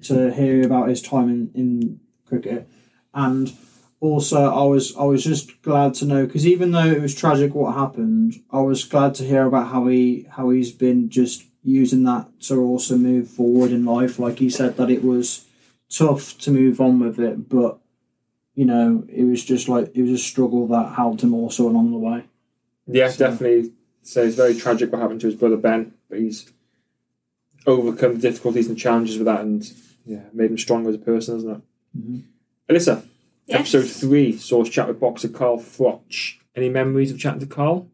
[SPEAKER 7] to hear about his time in, in cricket, and also I was I was just glad to know because even though it was tragic what happened, I was glad to hear about how he how he's been just using that to also move forward in life. Like he said that it was tough to move on with it, but you know it was just like it was a struggle that helped him also along the way.
[SPEAKER 1] Yeah, definitely. So it's very tragic what happened to his brother Ben, but he's overcome the difficulties and challenges with that, and yeah, made him stronger as a person, hasn't it? Alyssa,
[SPEAKER 5] Yes.
[SPEAKER 1] episode three saw us chat with boxer Carl Frotch. Any memories of chatting to Carl?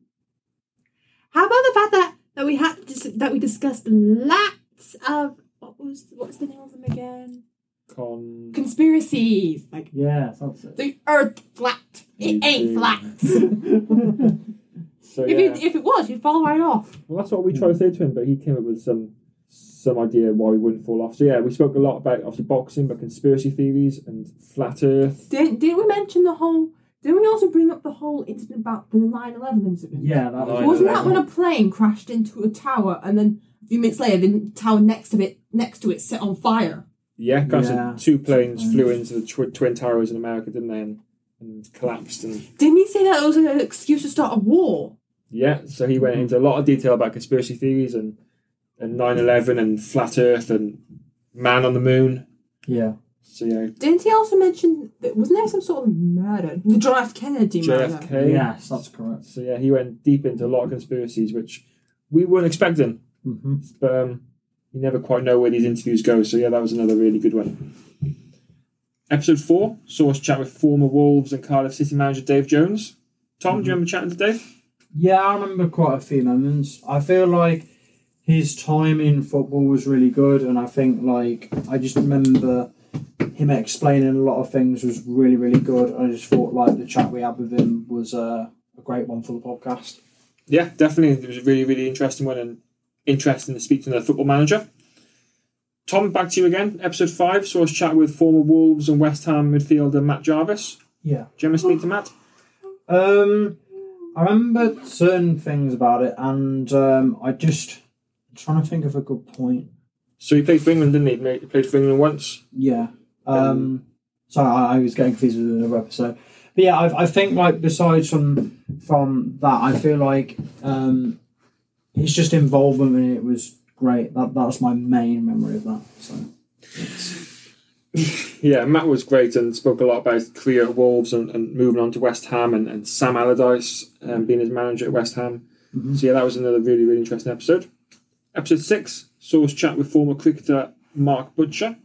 [SPEAKER 5] How about the fact that that we had dis- that we discussed lots of what was what's the name of them again?
[SPEAKER 1] Con.
[SPEAKER 5] Conspiracies like
[SPEAKER 7] Yeah, that's it. <laughs>
[SPEAKER 5] the Earth flat. It ain't flat.
[SPEAKER 1] So
[SPEAKER 5] If
[SPEAKER 1] yeah,
[SPEAKER 5] it if it was, you'd fall right off.
[SPEAKER 1] well, that's what we tried to say to him, but he came up with some some idea why we wouldn't fall off. So yeah, we spoke a lot about obviously boxing, but conspiracy theories and flat Earth.
[SPEAKER 5] Didn't didn't we mention the whole? Didn't we also bring up the whole incident about the 9-11 incident?
[SPEAKER 7] Yeah, that was-
[SPEAKER 5] wasn't that when a plane crashed into a tower and then a few minutes later the tower next to it next to it set on fire?
[SPEAKER 1] Yeah, guys,
[SPEAKER 7] Yeah.
[SPEAKER 1] two planes flew into the tw- Twin Towers in America, didn't they? And, and collapsed. And
[SPEAKER 5] Didn't he say that was an excuse to start a war?
[SPEAKER 1] yeah, so he went into a lot of detail about conspiracy theories and and 11 and flat Earth and man on the moon.
[SPEAKER 7] Yeah.
[SPEAKER 1] So yeah,
[SPEAKER 5] Didn't he also mention that wasn't there some sort of murder? The John F. Kennedy murder.
[SPEAKER 1] JFK.
[SPEAKER 7] Yes, that's correct.
[SPEAKER 1] So yeah, he went deep into a lot of conspiracies, which we weren't expecting.
[SPEAKER 7] Mm-hmm.
[SPEAKER 1] But um, you never quite know where these interviews go. So yeah, that was another really good one. Episode four saw us chat with former Wolves and Cardiff City manager Dave Jones. Tom, do you remember chatting to Dave?
[SPEAKER 7] Yeah, I remember quite a few moments. I feel like his time in football was really good, and I think like I just remember him explaining a lot of things was really really good. I just thought like the chat we had with him was uh, a great one for the podcast.
[SPEAKER 1] Yeah, definitely. It was a really, really interesting one and interesting to speak to another football manager. Tom, back to you again. Episode 5 saw us chat with former Wolves and West Ham midfielder Matt Jarvis.
[SPEAKER 7] Yeah.
[SPEAKER 1] Do you remember speak to Matt?
[SPEAKER 7] Um, I remember certain things about it, and um, I just I'm trying to think of a good point.
[SPEAKER 1] So he played for England, didn't he? He ma- he played for England once.
[SPEAKER 7] Yeah. Um, sorry, I, I was getting confused with another episode. But yeah, I, I think like besides from from that, I feel like um, it's just involvement and it was great. That that's my main memory of that. So
[SPEAKER 1] Yeah, Matt was great and spoke a lot about his career at Wolves and, and moving on to West Ham and, and Sam Allardyce um, being his manager at West Ham. So yeah, that was another really, really interesting episode. Episode 6 saw us chat with former cricketer Mark Butcher.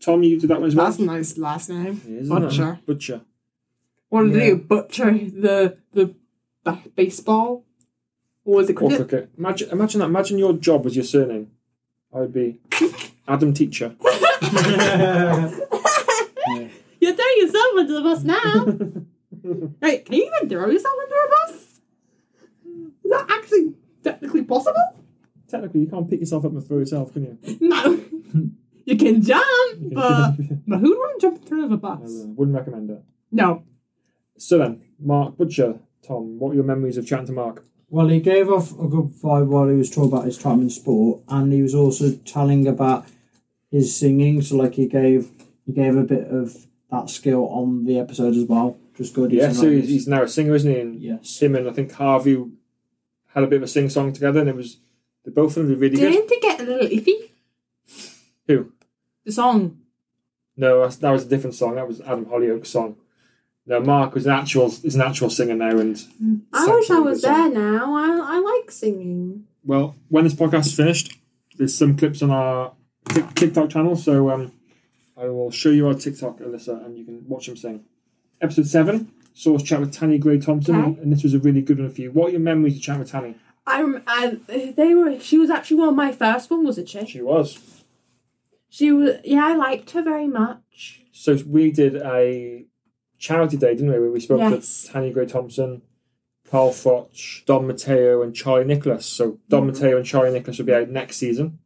[SPEAKER 1] Tom, you did that one as well?
[SPEAKER 5] That's a nice last name.
[SPEAKER 1] Isn't it?
[SPEAKER 5] Butcher.
[SPEAKER 1] Butcher.
[SPEAKER 5] Wanted to do butcher the the ba- baseball. Or was it
[SPEAKER 1] Or
[SPEAKER 5] cricket?
[SPEAKER 1] cricket. Imagine, imagine that. Imagine your job was your surname. I would be Adam Teacher.
[SPEAKER 5] You're throwing yourself under the bus now. Wait, can you even throw yourself under a bus? Is that actually technically possible? <laughs>
[SPEAKER 1] Technically, you can't pick yourself up and throw yourself, can you?
[SPEAKER 7] <laughs>
[SPEAKER 5] No. you can jump, but, but who would want to jump through the
[SPEAKER 1] I
[SPEAKER 5] bus?
[SPEAKER 1] wouldn't recommend it.
[SPEAKER 5] No.
[SPEAKER 1] So then, Mark Butcher. Tom, what were your memories of chatting to Mark?
[SPEAKER 7] Well, he gave off a good vibe while he was talking about his time in sport, and he was also telling about his singing. So, like, he gave he gave a bit of that skill on the episode as well. Just good.
[SPEAKER 1] Yeah,
[SPEAKER 7] He's
[SPEAKER 1] so
[SPEAKER 7] not-
[SPEAKER 1] he's, he's now a singer, isn't he? And
[SPEAKER 7] Yes.
[SPEAKER 1] him and I think Harvey had a bit of a sing song together, and it was the both of them were really good.
[SPEAKER 5] Didn't it get a little iffy?
[SPEAKER 1] Who?
[SPEAKER 5] The song.
[SPEAKER 1] No, that's- that was a different song. That was Adam Hollyoake's song. No, Mark was an actual is an actual singer now, and
[SPEAKER 10] I
[SPEAKER 1] Sounds
[SPEAKER 10] wish I
[SPEAKER 1] like a
[SPEAKER 10] was
[SPEAKER 1] good song.
[SPEAKER 10] there now. I, I like singing.
[SPEAKER 1] Well, when this podcast is finished, there's some clips on our Tik- TikTok channel, so um, I will show you our TikTok, Alyssa, and you can watch them sing. Episode 7, Source Chat with Tanny Gray Thompson,
[SPEAKER 10] Okay.
[SPEAKER 1] and, and this was a really good one for you. What are your memories of chatting with Tanny?
[SPEAKER 10] I, rem- I they were. She was actually one of my first one, wasn't she?
[SPEAKER 1] She was.
[SPEAKER 10] She was. Yeah, I liked her very much.
[SPEAKER 1] So we did a charity day, didn't we, where we spoke
[SPEAKER 10] Yes.
[SPEAKER 1] to Tanny Gray Thompson, Carl Foch, Don Matteo, and Charlie Nicholas. So
[SPEAKER 10] Mm-hmm.
[SPEAKER 1] Don Matteo and Charlie Nicholas will be out next season.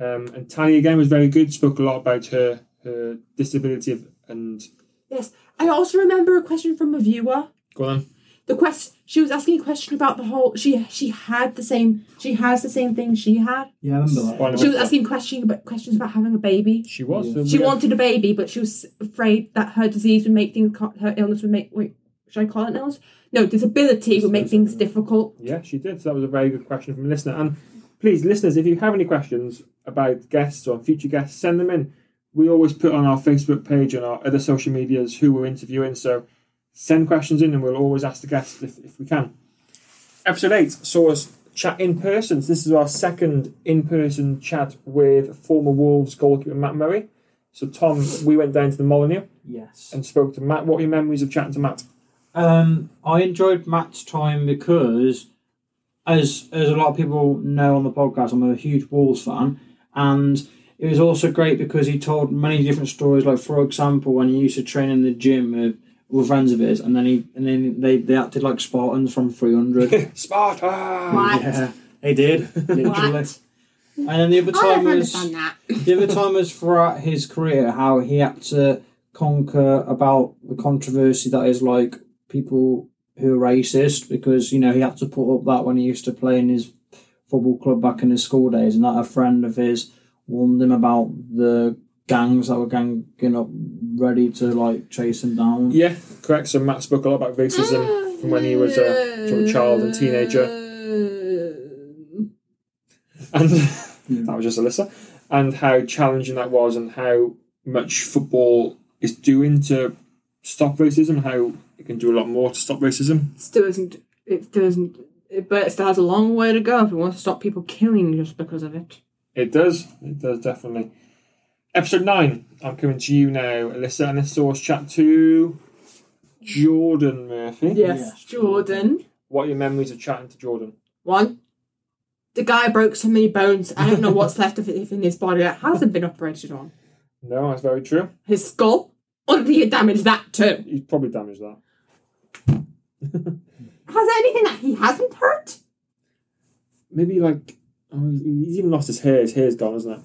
[SPEAKER 1] Um, and Tanny again was very good. Spoke a lot about her her disability of, and
[SPEAKER 10] Yes. I also remember a question from a viewer.
[SPEAKER 1] go on.
[SPEAKER 10] the quest she was asking a question about the whole she she had the same she has the same thing she had.
[SPEAKER 7] Yeah, I remember that.
[SPEAKER 10] She was asking question about questions about having a baby.
[SPEAKER 1] She was. Yeah.
[SPEAKER 10] She wanted a baby, but she was afraid that her disease would make things co- her illness would make wait should I call it illness? No, disability would make things difficult.
[SPEAKER 1] Yeah, she did. So that was a very good question from a listener. And please, listeners, if you have any questions about guests or future guests, send them in. We always put on our Facebook page and our other social medias who we're interviewing. So send questions in and we'll always ask the guests if, if we can. Episode 8 saw us chat in person. So this is our second in person chat with former Wolves goalkeeper Matt Murray. So, Tom, we went down to the Molyneux
[SPEAKER 7] Yes.
[SPEAKER 1] and spoke to Matt. What were your memories of chatting to Matt?
[SPEAKER 7] Um, I enjoyed Matt's time because, as as a lot of people know on the podcast, I'm a huge Wolves fan, and it was also great because he told many different stories. Like for example, when he used to train in the gym with, with friends of his, and then he and then they, they acted like Spartans from 300.
[SPEAKER 1] Sparta!
[SPEAKER 10] What?
[SPEAKER 7] Yeah, they did literally. And then the other
[SPEAKER 10] I
[SPEAKER 7] time
[SPEAKER 10] never
[SPEAKER 7] was
[SPEAKER 10] understand that.
[SPEAKER 7] <laughs> the other time was throughout his career how he had to conquer about the controversy that is like people who are racist because you know he had to put up that when he used to play in his football club back in his school days and that a friend of his warned him about the gangs that were ganging up ready to like chase him down
[SPEAKER 1] Yeah, correct. So Matt spoke a lot about racism from when he was a sort of child and teenager. And that was just Alyssa. And how challenging that was and how much football is doing to stop racism, how it can do a lot more to stop racism.
[SPEAKER 10] Still isn't it still isn't it, but it still has a long way to go if we want to stop people killing just because of it.
[SPEAKER 1] It does. It does definitely. Episode nine. I'm coming to you now, Alyssa, and this source chat to Jordan Murphy.
[SPEAKER 10] Yes, Jordan.
[SPEAKER 1] What are your memories of chatting to Jordan?
[SPEAKER 10] One. The guy broke so many bones. I don't know what's left of it in his body that hasn't been operated on.
[SPEAKER 1] No, that's very true.
[SPEAKER 10] His skull. Or did he damage that too?
[SPEAKER 1] He's probably damaged that.
[SPEAKER 10] Has there anything that he hasn't hurt?
[SPEAKER 1] Maybe like oh, he's he's even lost his hair. His hair's gone, isn't it?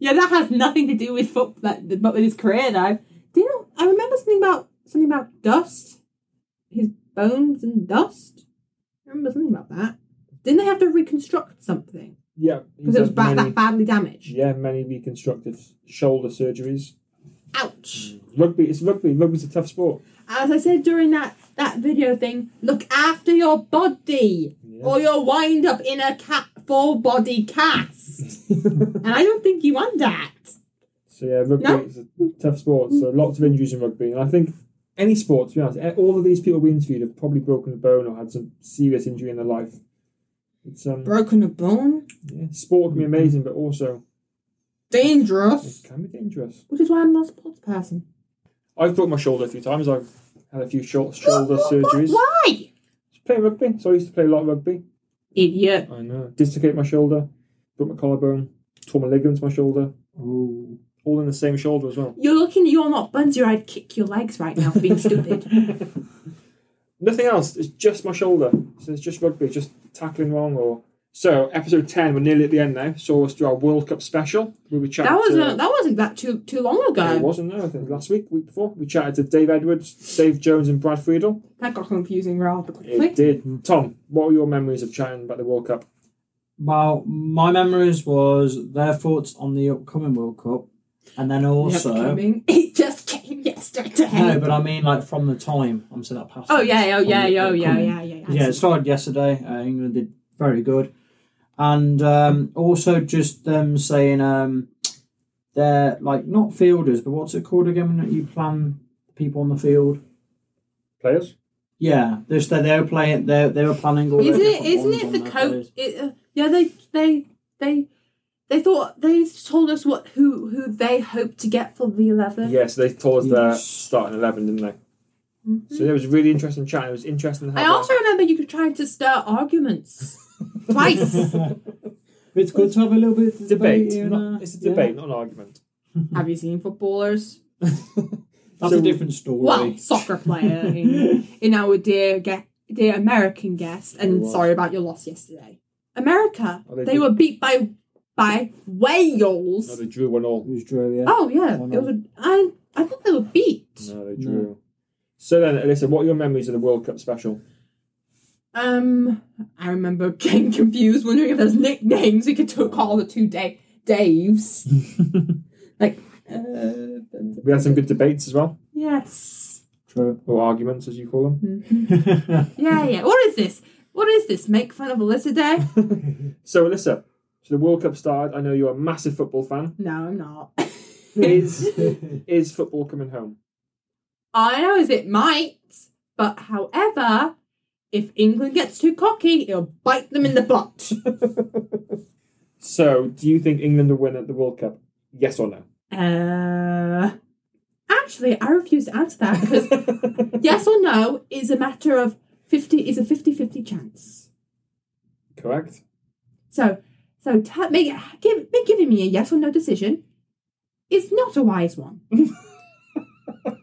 [SPEAKER 10] Yeah, that has nothing to do with foot, that, but with his career though. Do you know? I remember something about something about dust. His bones and dust. I remember something about that. Didn't they have to reconstruct something
[SPEAKER 1] Yeah,
[SPEAKER 10] because it was ba-
[SPEAKER 1] many,
[SPEAKER 10] <laughs> that badly damaged?
[SPEAKER 1] yeah, many reconstructive shoulder surgeries.
[SPEAKER 10] Ouch.
[SPEAKER 1] Rugby, it's rugby. Rugby's a tough sport.
[SPEAKER 10] As I said during that that video thing, look after your body, or you'll wind up in a cat full body cast. and I don't think you want that.
[SPEAKER 1] So yeah, rugby
[SPEAKER 10] No.
[SPEAKER 1] is a tough sport. So lots of injuries in rugby, and I think any sport, to be honest, eh, all of these people we interviewed have probably broken a bone or had some serious injury in their life. It's um,
[SPEAKER 10] Broken a bone,
[SPEAKER 1] yeah, sport can be amazing, but also
[SPEAKER 10] dangerous.
[SPEAKER 1] can be dangerous.
[SPEAKER 10] Which is why I'm not a sports person.
[SPEAKER 1] I've broken my shoulder a few times. I've had a few short shoulder surgeries.
[SPEAKER 10] Why?
[SPEAKER 1] Just playing rugby. So I used to play a lot of rugby.
[SPEAKER 10] Idiot.
[SPEAKER 1] I know. Dislocate my shoulder, broke my collarbone, tore my ligament to my shoulder.
[SPEAKER 7] Ooh.
[SPEAKER 1] All in the same shoulder as well.
[SPEAKER 10] You're looking, you're not Bunzer, I'd kick your legs right now for being stupid.
[SPEAKER 1] Nothing else. It's just my shoulder. So it's just rugby, just tackling wrong or. So episode ten, we're nearly at the end now. Saw us do our World Cup special. We were chatting.
[SPEAKER 10] That
[SPEAKER 1] to,
[SPEAKER 10] wasn't that wasn't that too too long
[SPEAKER 1] It
[SPEAKER 10] ago.
[SPEAKER 1] wasn't no. I think last week, week before, we chatted to Dave Edwards, Dave Jones, and Brad Friedel.
[SPEAKER 10] That got confusing rather
[SPEAKER 1] It
[SPEAKER 10] quickly.
[SPEAKER 1] did. Tom, what were your memories of chatting about the World Cup?
[SPEAKER 7] well my memories was their thoughts on the upcoming world cup and then
[SPEAKER 10] <laughs>
[SPEAKER 7] also
[SPEAKER 10] Coming. It just came yesterday.
[SPEAKER 7] No, but I mean like from the time. I'm saying that past.
[SPEAKER 10] Oh, yeah, oh,
[SPEAKER 7] From
[SPEAKER 10] yeah,
[SPEAKER 7] the-
[SPEAKER 10] oh, yeah,
[SPEAKER 7] from-
[SPEAKER 10] yeah, yeah, yeah.
[SPEAKER 7] Yeah, it started yesterday. Uh, England did very good, and um, also just them saying um, they're like not fielders, but what's it called again when you plan people on the field?
[SPEAKER 1] Players?
[SPEAKER 7] Yeah, they they they were playing. They they were planning all. their
[SPEAKER 10] Isn't it?
[SPEAKER 7] different
[SPEAKER 10] Isn't
[SPEAKER 7] ones on
[SPEAKER 10] it the
[SPEAKER 7] their
[SPEAKER 10] coach?
[SPEAKER 7] players.
[SPEAKER 10] It, uh, yeah, they they they they thought they told us what who who they hoped to get for the eleven.
[SPEAKER 1] Yes, they told us their
[SPEAKER 7] Yes.
[SPEAKER 1] starting eleven, didn't they? So it was really interesting chatting. It was interesting. How
[SPEAKER 10] Mm-hmm. I
[SPEAKER 1] they-
[SPEAKER 10] also remember you could try to stir arguments
[SPEAKER 7] <laughs>
[SPEAKER 10] twice.
[SPEAKER 7] <laughs> It's good to have a little bit of
[SPEAKER 1] debate.
[SPEAKER 7] here and
[SPEAKER 1] Not,
[SPEAKER 10] uh,
[SPEAKER 7] there.
[SPEAKER 1] it's a
[SPEAKER 7] Yeah.
[SPEAKER 1] debate, not an argument.
[SPEAKER 10] Have you seen footballers?
[SPEAKER 7] That's
[SPEAKER 1] So-
[SPEAKER 7] a different story. <laughs>
[SPEAKER 10] Well, <laughs> soccer player in, in our dear ge- dear American guest, and
[SPEAKER 1] was.
[SPEAKER 10] sorry about your loss yesterday. America,
[SPEAKER 1] Oh, they
[SPEAKER 10] they,
[SPEAKER 1] did.
[SPEAKER 10] were beat by by
[SPEAKER 1] No,
[SPEAKER 10] Wales.
[SPEAKER 1] they drew one all.
[SPEAKER 7] It was Drew, yeah.
[SPEAKER 10] Oh yeah,
[SPEAKER 7] Why
[SPEAKER 10] it was. A, I I thought they were beat.
[SPEAKER 1] No, they
[SPEAKER 7] No.
[SPEAKER 1] drew. So then, Alyssa, what are your memories of the World Cup special?
[SPEAKER 5] Um, I remember getting confused, wondering if there's nicknames we could t- call the two da- Daves.
[SPEAKER 7] <laughs>
[SPEAKER 5] like, uh,
[SPEAKER 1] We had some good debates as well,
[SPEAKER 5] yes.
[SPEAKER 1] True. or arguments as you call them.
[SPEAKER 5] Hmm. Yeah, yeah. What is this? What is this? Make fun of Alyssa Day?
[SPEAKER 1] So, Alyssa, so the World Cup started. I know you're a massive football fan.
[SPEAKER 5] No, I'm
[SPEAKER 1] <laughs>
[SPEAKER 5] not.
[SPEAKER 1] Is is football coming home?
[SPEAKER 5] I know as it might, but however, if England gets too cocky, it'll bite them in the butt.
[SPEAKER 1] So, do you think England will win at the World Cup?
[SPEAKER 5] <laughs>
[SPEAKER 1] Yes or no?
[SPEAKER 5] Uh, actually, I refuse to answer that because
[SPEAKER 1] <laughs>
[SPEAKER 5] yes or no is a matter of 50 is a 50-50 chance.
[SPEAKER 1] Correct.
[SPEAKER 5] So, so ta- make, give, make giving me a yes or no decision is not a wise one.
[SPEAKER 1] I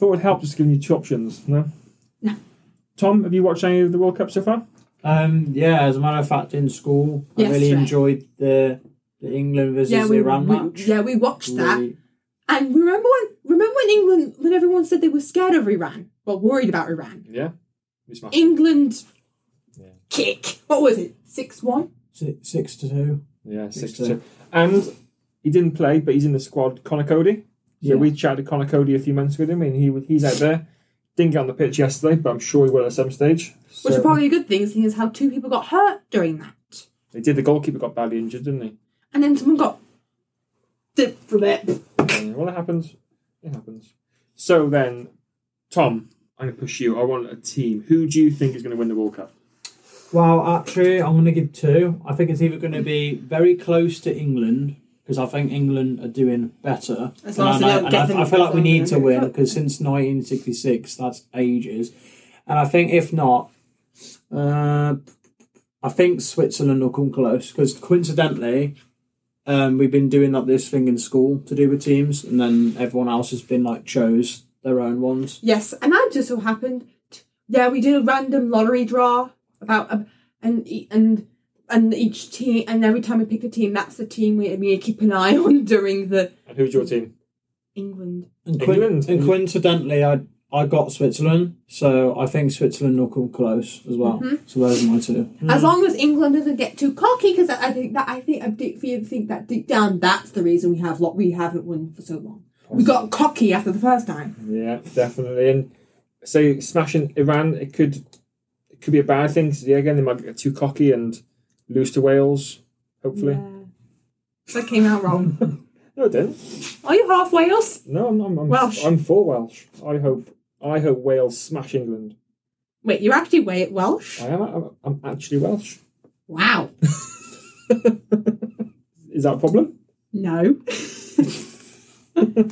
[SPEAKER 1] thought it would help just giving you two options. No.
[SPEAKER 5] No.
[SPEAKER 1] Tom, have you watched any of the World Cup so far?
[SPEAKER 7] Um, yeah, as a matter of fact, in school, I
[SPEAKER 5] Yes,
[SPEAKER 7] really
[SPEAKER 5] right.
[SPEAKER 7] enjoyed the the England versus
[SPEAKER 5] yeah, we,
[SPEAKER 7] Iran
[SPEAKER 5] we-
[SPEAKER 7] match.
[SPEAKER 5] yeah, we watched that.
[SPEAKER 7] Really-
[SPEAKER 5] And remember when remember when England when everyone said they were scared of Iran, well worried about Iran.
[SPEAKER 1] Yeah. We smashed.
[SPEAKER 5] England kick. What was it? Six one.
[SPEAKER 7] Six, six to two.
[SPEAKER 1] Yeah, six
[SPEAKER 7] to
[SPEAKER 1] to two. And he didn't play, but he's in the squad. Connor Cody. So
[SPEAKER 7] Yeah.
[SPEAKER 1] we chatted Connor Cody a few months with him, and he was- he's out there. Didn't get on the pitch yesterday, but I'm sure he will at some stage.
[SPEAKER 5] Which
[SPEAKER 1] So-
[SPEAKER 5] is probably a good thing, seeing as how two people got hurt during that,
[SPEAKER 1] They did. The goalkeeper got badly injured, didn't he?
[SPEAKER 5] and then someone got dipped from it.
[SPEAKER 1] Yeah, well, it happens. It happens. So then, Tom, I'm going to push you. I want a team. Who do you think is going to win the World Cup?
[SPEAKER 7] Well, actually, I'm going to give two. I think it's either going to be very close to England because I think England are doing better.
[SPEAKER 5] As long as
[SPEAKER 7] and I,
[SPEAKER 5] they don't
[SPEAKER 7] and
[SPEAKER 5] get
[SPEAKER 7] I-
[SPEAKER 5] them
[SPEAKER 7] I feel like we need to
[SPEAKER 5] themselves
[SPEAKER 7] win
[SPEAKER 5] in.
[SPEAKER 7] because since 1966, that's ages. And I think if not, uh, I think Switzerland will come close because coincidentally, um, we've been doing like this thing in school to do with teams, and then everyone else has been like chose their own ones.
[SPEAKER 5] Yes, and that just so happened. t- Yeah, we did a random lottery draw about um, and e- and and each team, and every time we pick a team, that's the team we we keep
[SPEAKER 10] <laughs>
[SPEAKER 5] an eye on during the
[SPEAKER 1] And who's your team?
[SPEAKER 5] England.
[SPEAKER 7] And, coin-
[SPEAKER 1] England.
[SPEAKER 7] and coincidentally, I I got Switzerland, so I think Switzerland will come close as well.
[SPEAKER 5] Mhm.
[SPEAKER 7] So those are my two.
[SPEAKER 5] As long as England doesn't get too cocky, because I I think that I think I
[SPEAKER 10] <laughs>
[SPEAKER 5] deep, think that deep down that's the reason we have lot we haven't won for so long. We got cocky after the first time.
[SPEAKER 1] Yeah, definitely. And say smashing Iran, it could it could be a bad thing. 'cause, yeah, again, they might get too cocky and lose to Wales. Hopefully,
[SPEAKER 5] That came out wrong.
[SPEAKER 1] no, it didn't.
[SPEAKER 5] Are you half Wales?
[SPEAKER 1] No, I'm, I'm, I'm
[SPEAKER 5] Welsh.
[SPEAKER 1] I'm for Welsh. I hope. I hope Wales smash England.
[SPEAKER 5] Wait, you're actually Wa- Welsh.
[SPEAKER 1] I am. I'm, I'm actually Welsh.
[SPEAKER 5] Wow.
[SPEAKER 1] Is that a problem?
[SPEAKER 5] No. <laughs>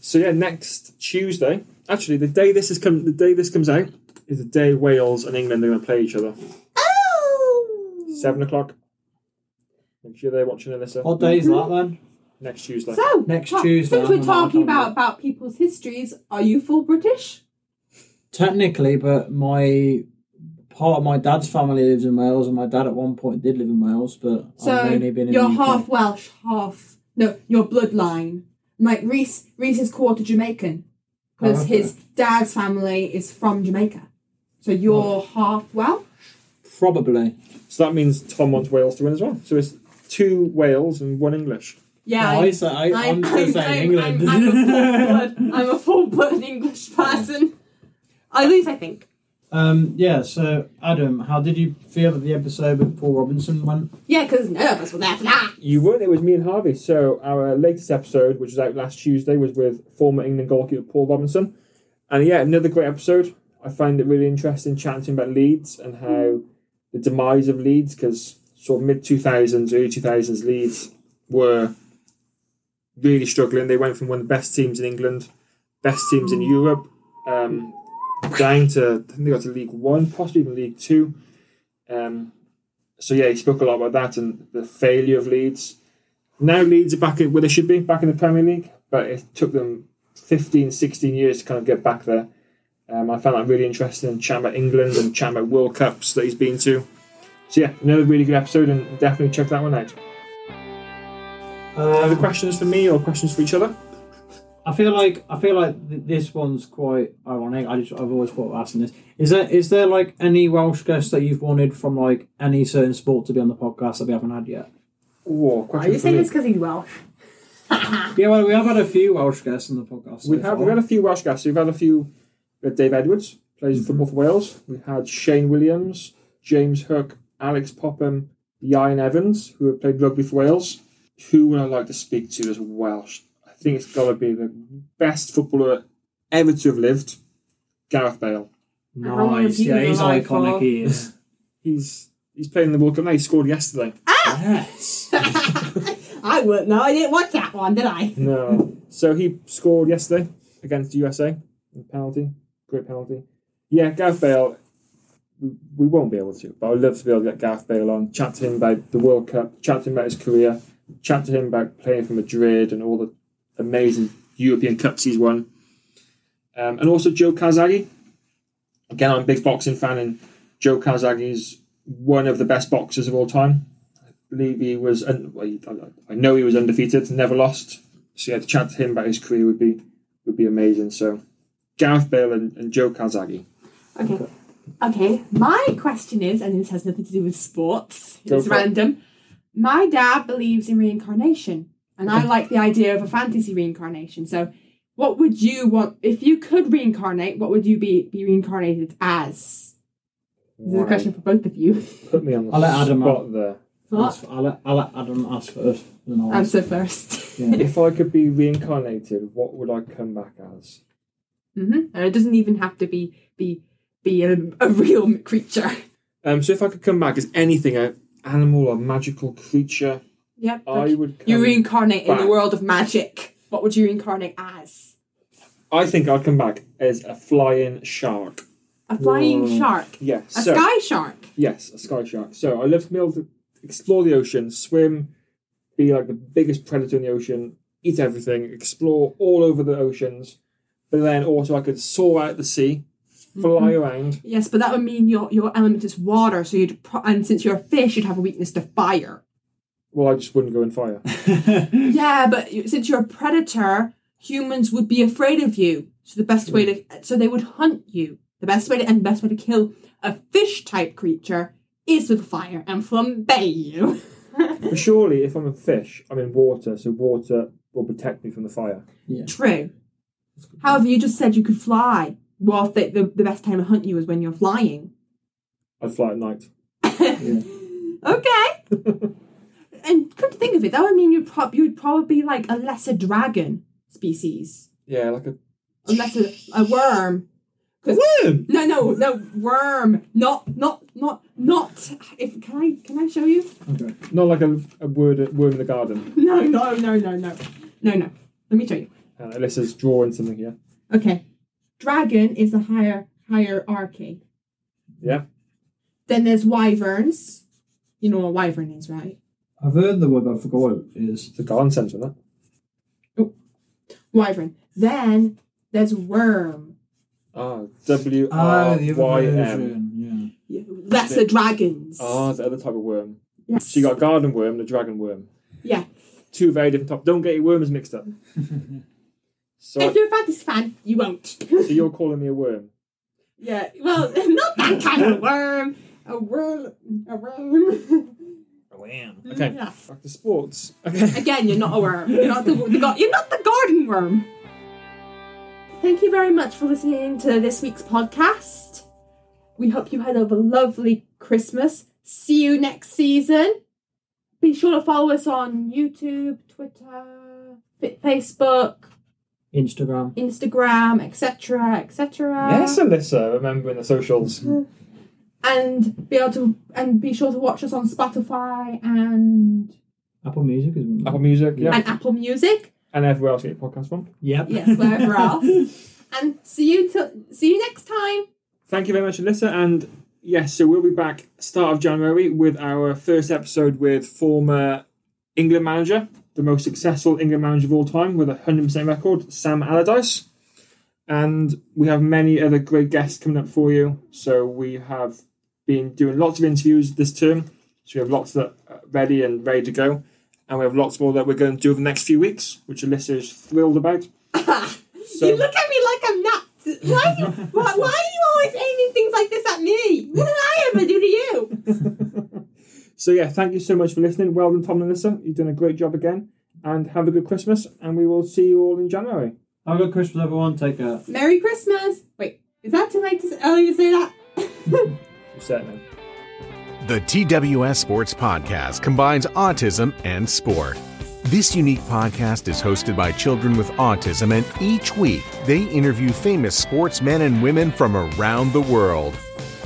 [SPEAKER 1] So yeah, next Tuesday. Actually, the day this is come, the day this comes out is the day Wales and England are going to play each other. Oh! Seven o'clock. Make sure they're watching Alyssa.
[SPEAKER 7] What day is that then?
[SPEAKER 1] Next Tuesday.
[SPEAKER 5] So
[SPEAKER 7] Next
[SPEAKER 5] well,
[SPEAKER 7] Tuesday,
[SPEAKER 5] Since
[SPEAKER 7] I'm
[SPEAKER 5] we're
[SPEAKER 7] not
[SPEAKER 5] talking
[SPEAKER 7] coming.
[SPEAKER 5] about about people's histories, are you full British?
[SPEAKER 7] Technically, but my part of my dad's family lives in Wales, and my dad at one point did live in Wales, but
[SPEAKER 5] So
[SPEAKER 7] I've only been in
[SPEAKER 5] you're
[SPEAKER 7] the UK.
[SPEAKER 5] half Welsh, half no, your bloodline. Like Reese, Reese is quarter Jamaican because
[SPEAKER 7] Oh, okay.
[SPEAKER 5] his dad's family is from Jamaica. So you're half Welsh.
[SPEAKER 7] Oh. Probably.
[SPEAKER 1] So that means Tom wants Wales to win as well. So it's two Wales and one English.
[SPEAKER 5] Yeah,
[SPEAKER 7] No, I say- I- I'm still saying England.
[SPEAKER 5] I'm, I'm, a full blood, I'm a
[SPEAKER 7] <laughs>
[SPEAKER 5] full blood English person. At least I think.
[SPEAKER 7] Um, yeah. So Adam, how did you feel that the episode with Paul Robinson went?
[SPEAKER 5] Yeah, because none of us were there for that.
[SPEAKER 1] You weren't. It was me and Harvey. So our latest episode, which was out last Tuesday, was with former England goalkeeper Paul Robinson. And yeah, another great episode. I find it really interesting chatting about Leeds and how the demise of Leeds, because sort of mid two thousands, early two thousands, Leeds were really struggling. They went from one of the best teams in England, best teams in Europe, um, down to I think they got to League One, possibly even League Two. Um, so yeah, he spoke a lot about that and the failure of Leeds. Now Leeds are back at where they should be, back in the Premier League, but it took them 15, 16 years to kind of get back there. Um, I found that really interesting, and chatting about England and chatting about World Cups that he's been to. So yeah, another really good episode, and definitely check that one out. Other
[SPEAKER 7] Um,
[SPEAKER 1] questions for me or questions for each other?
[SPEAKER 7] I feel like I feel like th- this one's quite ironic. I just I've always thought of asking this. Is there is there like any Welsh guests that you've wanted from like any certain sport to be on the podcast that we haven't had yet?
[SPEAKER 1] Whoa,
[SPEAKER 10] Are you saying this because he's Welsh?
[SPEAKER 7] Yeah, well, we have had a few Welsh guests on the podcast. so
[SPEAKER 1] We have
[SPEAKER 7] far.
[SPEAKER 1] we've had a few Welsh guests. We've had a few. We had Dave Edwards plays football for Wales. We had Shane Williams, James Hook, Alex Popham, Ian Evans, who have played rugby for Wales. Who would I like to speak to as Welsh? I think it's got to be the best footballer ever to have lived, Gareth Bale.
[SPEAKER 7] Nice. How long have you Yeah, been he's alive iconic, for? he is.
[SPEAKER 1] he's he's playing in the World Cup now. He scored yesterday.
[SPEAKER 7] Yes.
[SPEAKER 10] I would no, I didn't watch that one, did I?
[SPEAKER 1] <laughs> No. So he scored yesterday against USA. A Penalty. Great penalty. Yeah, Gareth Bale. we- We won't be able to, but I'd love to be able to get Gareth Bale on, chat to him about the World Cup, chat to him about his career, chat to him about playing for Madrid and all the amazing European Cups he's won. Um, and also Joe Kazagi. Again, I'm a big boxing fan, and Joe Kazagi is one of the best boxers of all time. I believe he was, un- well, he- I- I know he was undefeated, never lost. So yeah, to chat to him about his career would be would be amazing. So Gareth Bale and, and Joe Kazagi.
[SPEAKER 10] Okay. Okay. My question is, and this has nothing to do with sports,
[SPEAKER 1] Go
[SPEAKER 10] it's
[SPEAKER 1] for it.
[SPEAKER 10] random. My dad believes in reincarnation, and I
[SPEAKER 1] Okay.
[SPEAKER 10] like the idea of a fantasy reincarnation. So, what would you want if you could reincarnate? What would you be be reincarnated as? This is a
[SPEAKER 7] Wow.
[SPEAKER 10] question for both of you.
[SPEAKER 1] Put me on the
[SPEAKER 7] I'll let Adam
[SPEAKER 1] spot
[SPEAKER 7] out.
[SPEAKER 1] there.
[SPEAKER 10] What?
[SPEAKER 7] I'll let, I'll let Adam ask first. then I'll
[SPEAKER 10] Answer first.
[SPEAKER 1] <laughs> if I could be reincarnated, what would I come back as?
[SPEAKER 10] hmm And it doesn't even have to be be be a, a real creature.
[SPEAKER 1] Um, so if I could come back as anything, an animal or magical creature,
[SPEAKER 10] Yep.
[SPEAKER 1] I would.
[SPEAKER 10] You reincarnate in
[SPEAKER 1] back.
[SPEAKER 10] the world of magic. What would you reincarnate as?
[SPEAKER 1] I think I'd come back as a flying shark.
[SPEAKER 10] A flying
[SPEAKER 1] Whoa.
[SPEAKER 10] shark.
[SPEAKER 1] Yes.
[SPEAKER 10] A
[SPEAKER 1] so-
[SPEAKER 10] sky shark.
[SPEAKER 1] Yes, a sky shark. So I love to be able to explore the ocean, swim, be like the biggest predator in the ocean, eat everything, explore all over the oceans, but then also I could soar out the sea, fly
[SPEAKER 10] Mm-hmm.
[SPEAKER 1] around.
[SPEAKER 10] Yes, but that would mean your your element is water. So you'd pro- and since you're a fish, you'd have a weakness to fire.
[SPEAKER 1] Well, I just wouldn't go
[SPEAKER 10] <laughs>
[SPEAKER 1] in fire.
[SPEAKER 10] yeah, but you- since you're a predator, humans would be afraid of you. So the best way to so they would hunt you. The best way to and best way to kill a fish type creature is with fire and flambe you.
[SPEAKER 1] but surely, if I'm a fish, I'm in water, so water will protect me from the fire.
[SPEAKER 7] Yeah.
[SPEAKER 10] True. However, you just said you could fly. Well, if they, the, the best time to hunt you is when you're flying.
[SPEAKER 1] I'd fly at night.
[SPEAKER 10] <laughs> Okay.
[SPEAKER 7] <laughs>
[SPEAKER 10] and come to think of it, that would mean you'd, prob- you'd probably be like a lesser dragon species.
[SPEAKER 1] Yeah, like a
[SPEAKER 10] A lesser, a worm. 'Cause-
[SPEAKER 1] worm.
[SPEAKER 10] No, no, no, worm. Not, not, not, not. If Can I, can I show you?
[SPEAKER 1] Okay. Not like a, a word, worm in the garden.
[SPEAKER 10] <laughs> No, no, no, no, no. No, no. Let me show you.
[SPEAKER 1] Uh, Alyssa's drawing something here.
[SPEAKER 10] Okay. Dragon is a higher hierarchy.
[SPEAKER 1] Yeah.
[SPEAKER 10] Then there's wyverns. You know what a wyvern is, right?
[SPEAKER 7] I've heard the word, but I forgot what it is.
[SPEAKER 1] The garden centre, that.
[SPEAKER 10] Wyvern. Then there's worm.
[SPEAKER 1] Ah,
[SPEAKER 10] Oh,
[SPEAKER 1] W
[SPEAKER 7] Ah,
[SPEAKER 1] R
[SPEAKER 7] the other
[SPEAKER 1] Oh, Y M.
[SPEAKER 7] version, Yeah.
[SPEAKER 10] That's the dragons.
[SPEAKER 1] Ah, the other type of worm.
[SPEAKER 10] Yes.
[SPEAKER 1] So you got garden worm and a dragon worm.
[SPEAKER 10] Yeah.
[SPEAKER 1] Two very different types. Don't get your worms
[SPEAKER 10] <laughs>
[SPEAKER 1] mixed up. so,
[SPEAKER 10] If you're a fantasy fan, you won't.
[SPEAKER 1] so you're calling me
[SPEAKER 10] <laughs>
[SPEAKER 1] a worm?
[SPEAKER 10] yeah. Well, <laughs> not that kind of worm. A worm. A worm.
[SPEAKER 1] Okay.
[SPEAKER 10] Yeah.
[SPEAKER 1] Back to sports.
[SPEAKER 10] Again, you're not a worm. You're not the, the gar- you're not the garden worm. Thank you very much for listening to this week's podcast. We hope you had a lovely Christmas. See you next season. Be sure to follow us on YouTube, Twitter, Fa- Facebook,
[SPEAKER 7] Instagram.
[SPEAKER 10] Instagram, etc., etc.
[SPEAKER 1] yes, Alyssa, remembering the socials.
[SPEAKER 10] and be able to and be sure to watch us on Spotify and
[SPEAKER 7] Apple Music is one.
[SPEAKER 1] Apple Music, yeah.
[SPEAKER 10] and Apple Music.
[SPEAKER 1] And everywhere else you get your podcast from.
[SPEAKER 7] Yep.
[SPEAKER 10] Yes,
[SPEAKER 7] <laughs>
[SPEAKER 10] wherever else. And see you till see you next time.
[SPEAKER 1] Thank you very much, Alyssa. And yes, so we'll be back start of January with our first episode with former England manager, the most successful England manager of all time with a 100% record, Sam Allardyce. And we have many other great guests coming up for you. So we have been doing lots of interviews this term. So we have lots that are ready and ready to go. And we have lots more that we're going to do over the next few weeks, which Alyssa is thrilled about.
[SPEAKER 11] you look at me like I'm nuts. Why, do you, why, why are you always aiming things like this at me? What did I ever do to you?
[SPEAKER 1] So yeah, thank you so much for listening. Well done, Tom and Alyssa. You've done a great job again. And have a good Christmas. And we will see you all in January.
[SPEAKER 7] Have a good Christmas, everyone. Take care.
[SPEAKER 11] Merry Christmas. Wait, is that too late to say, early to say that?
[SPEAKER 1] Certainly.
[SPEAKER 4] The TWS Sports Podcast combines autism and sport. This unique podcast is hosted by children with autism, and each week they interview famous sportsmen and women from around the world.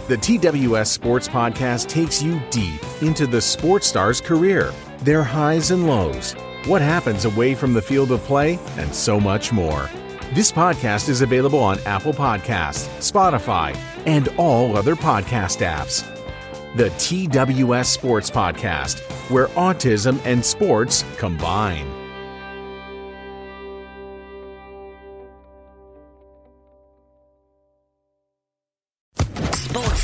[SPEAKER 4] The TWS Sports Podcast takes you deep into the sports star's career, their highs and lows, what happens away from the field of play, and so much more. This podcast is available on Apple Podcasts, Spotify, and all other podcast apps the TWS Sports Podcast, where autism and sports combine.
[SPEAKER 12] Sports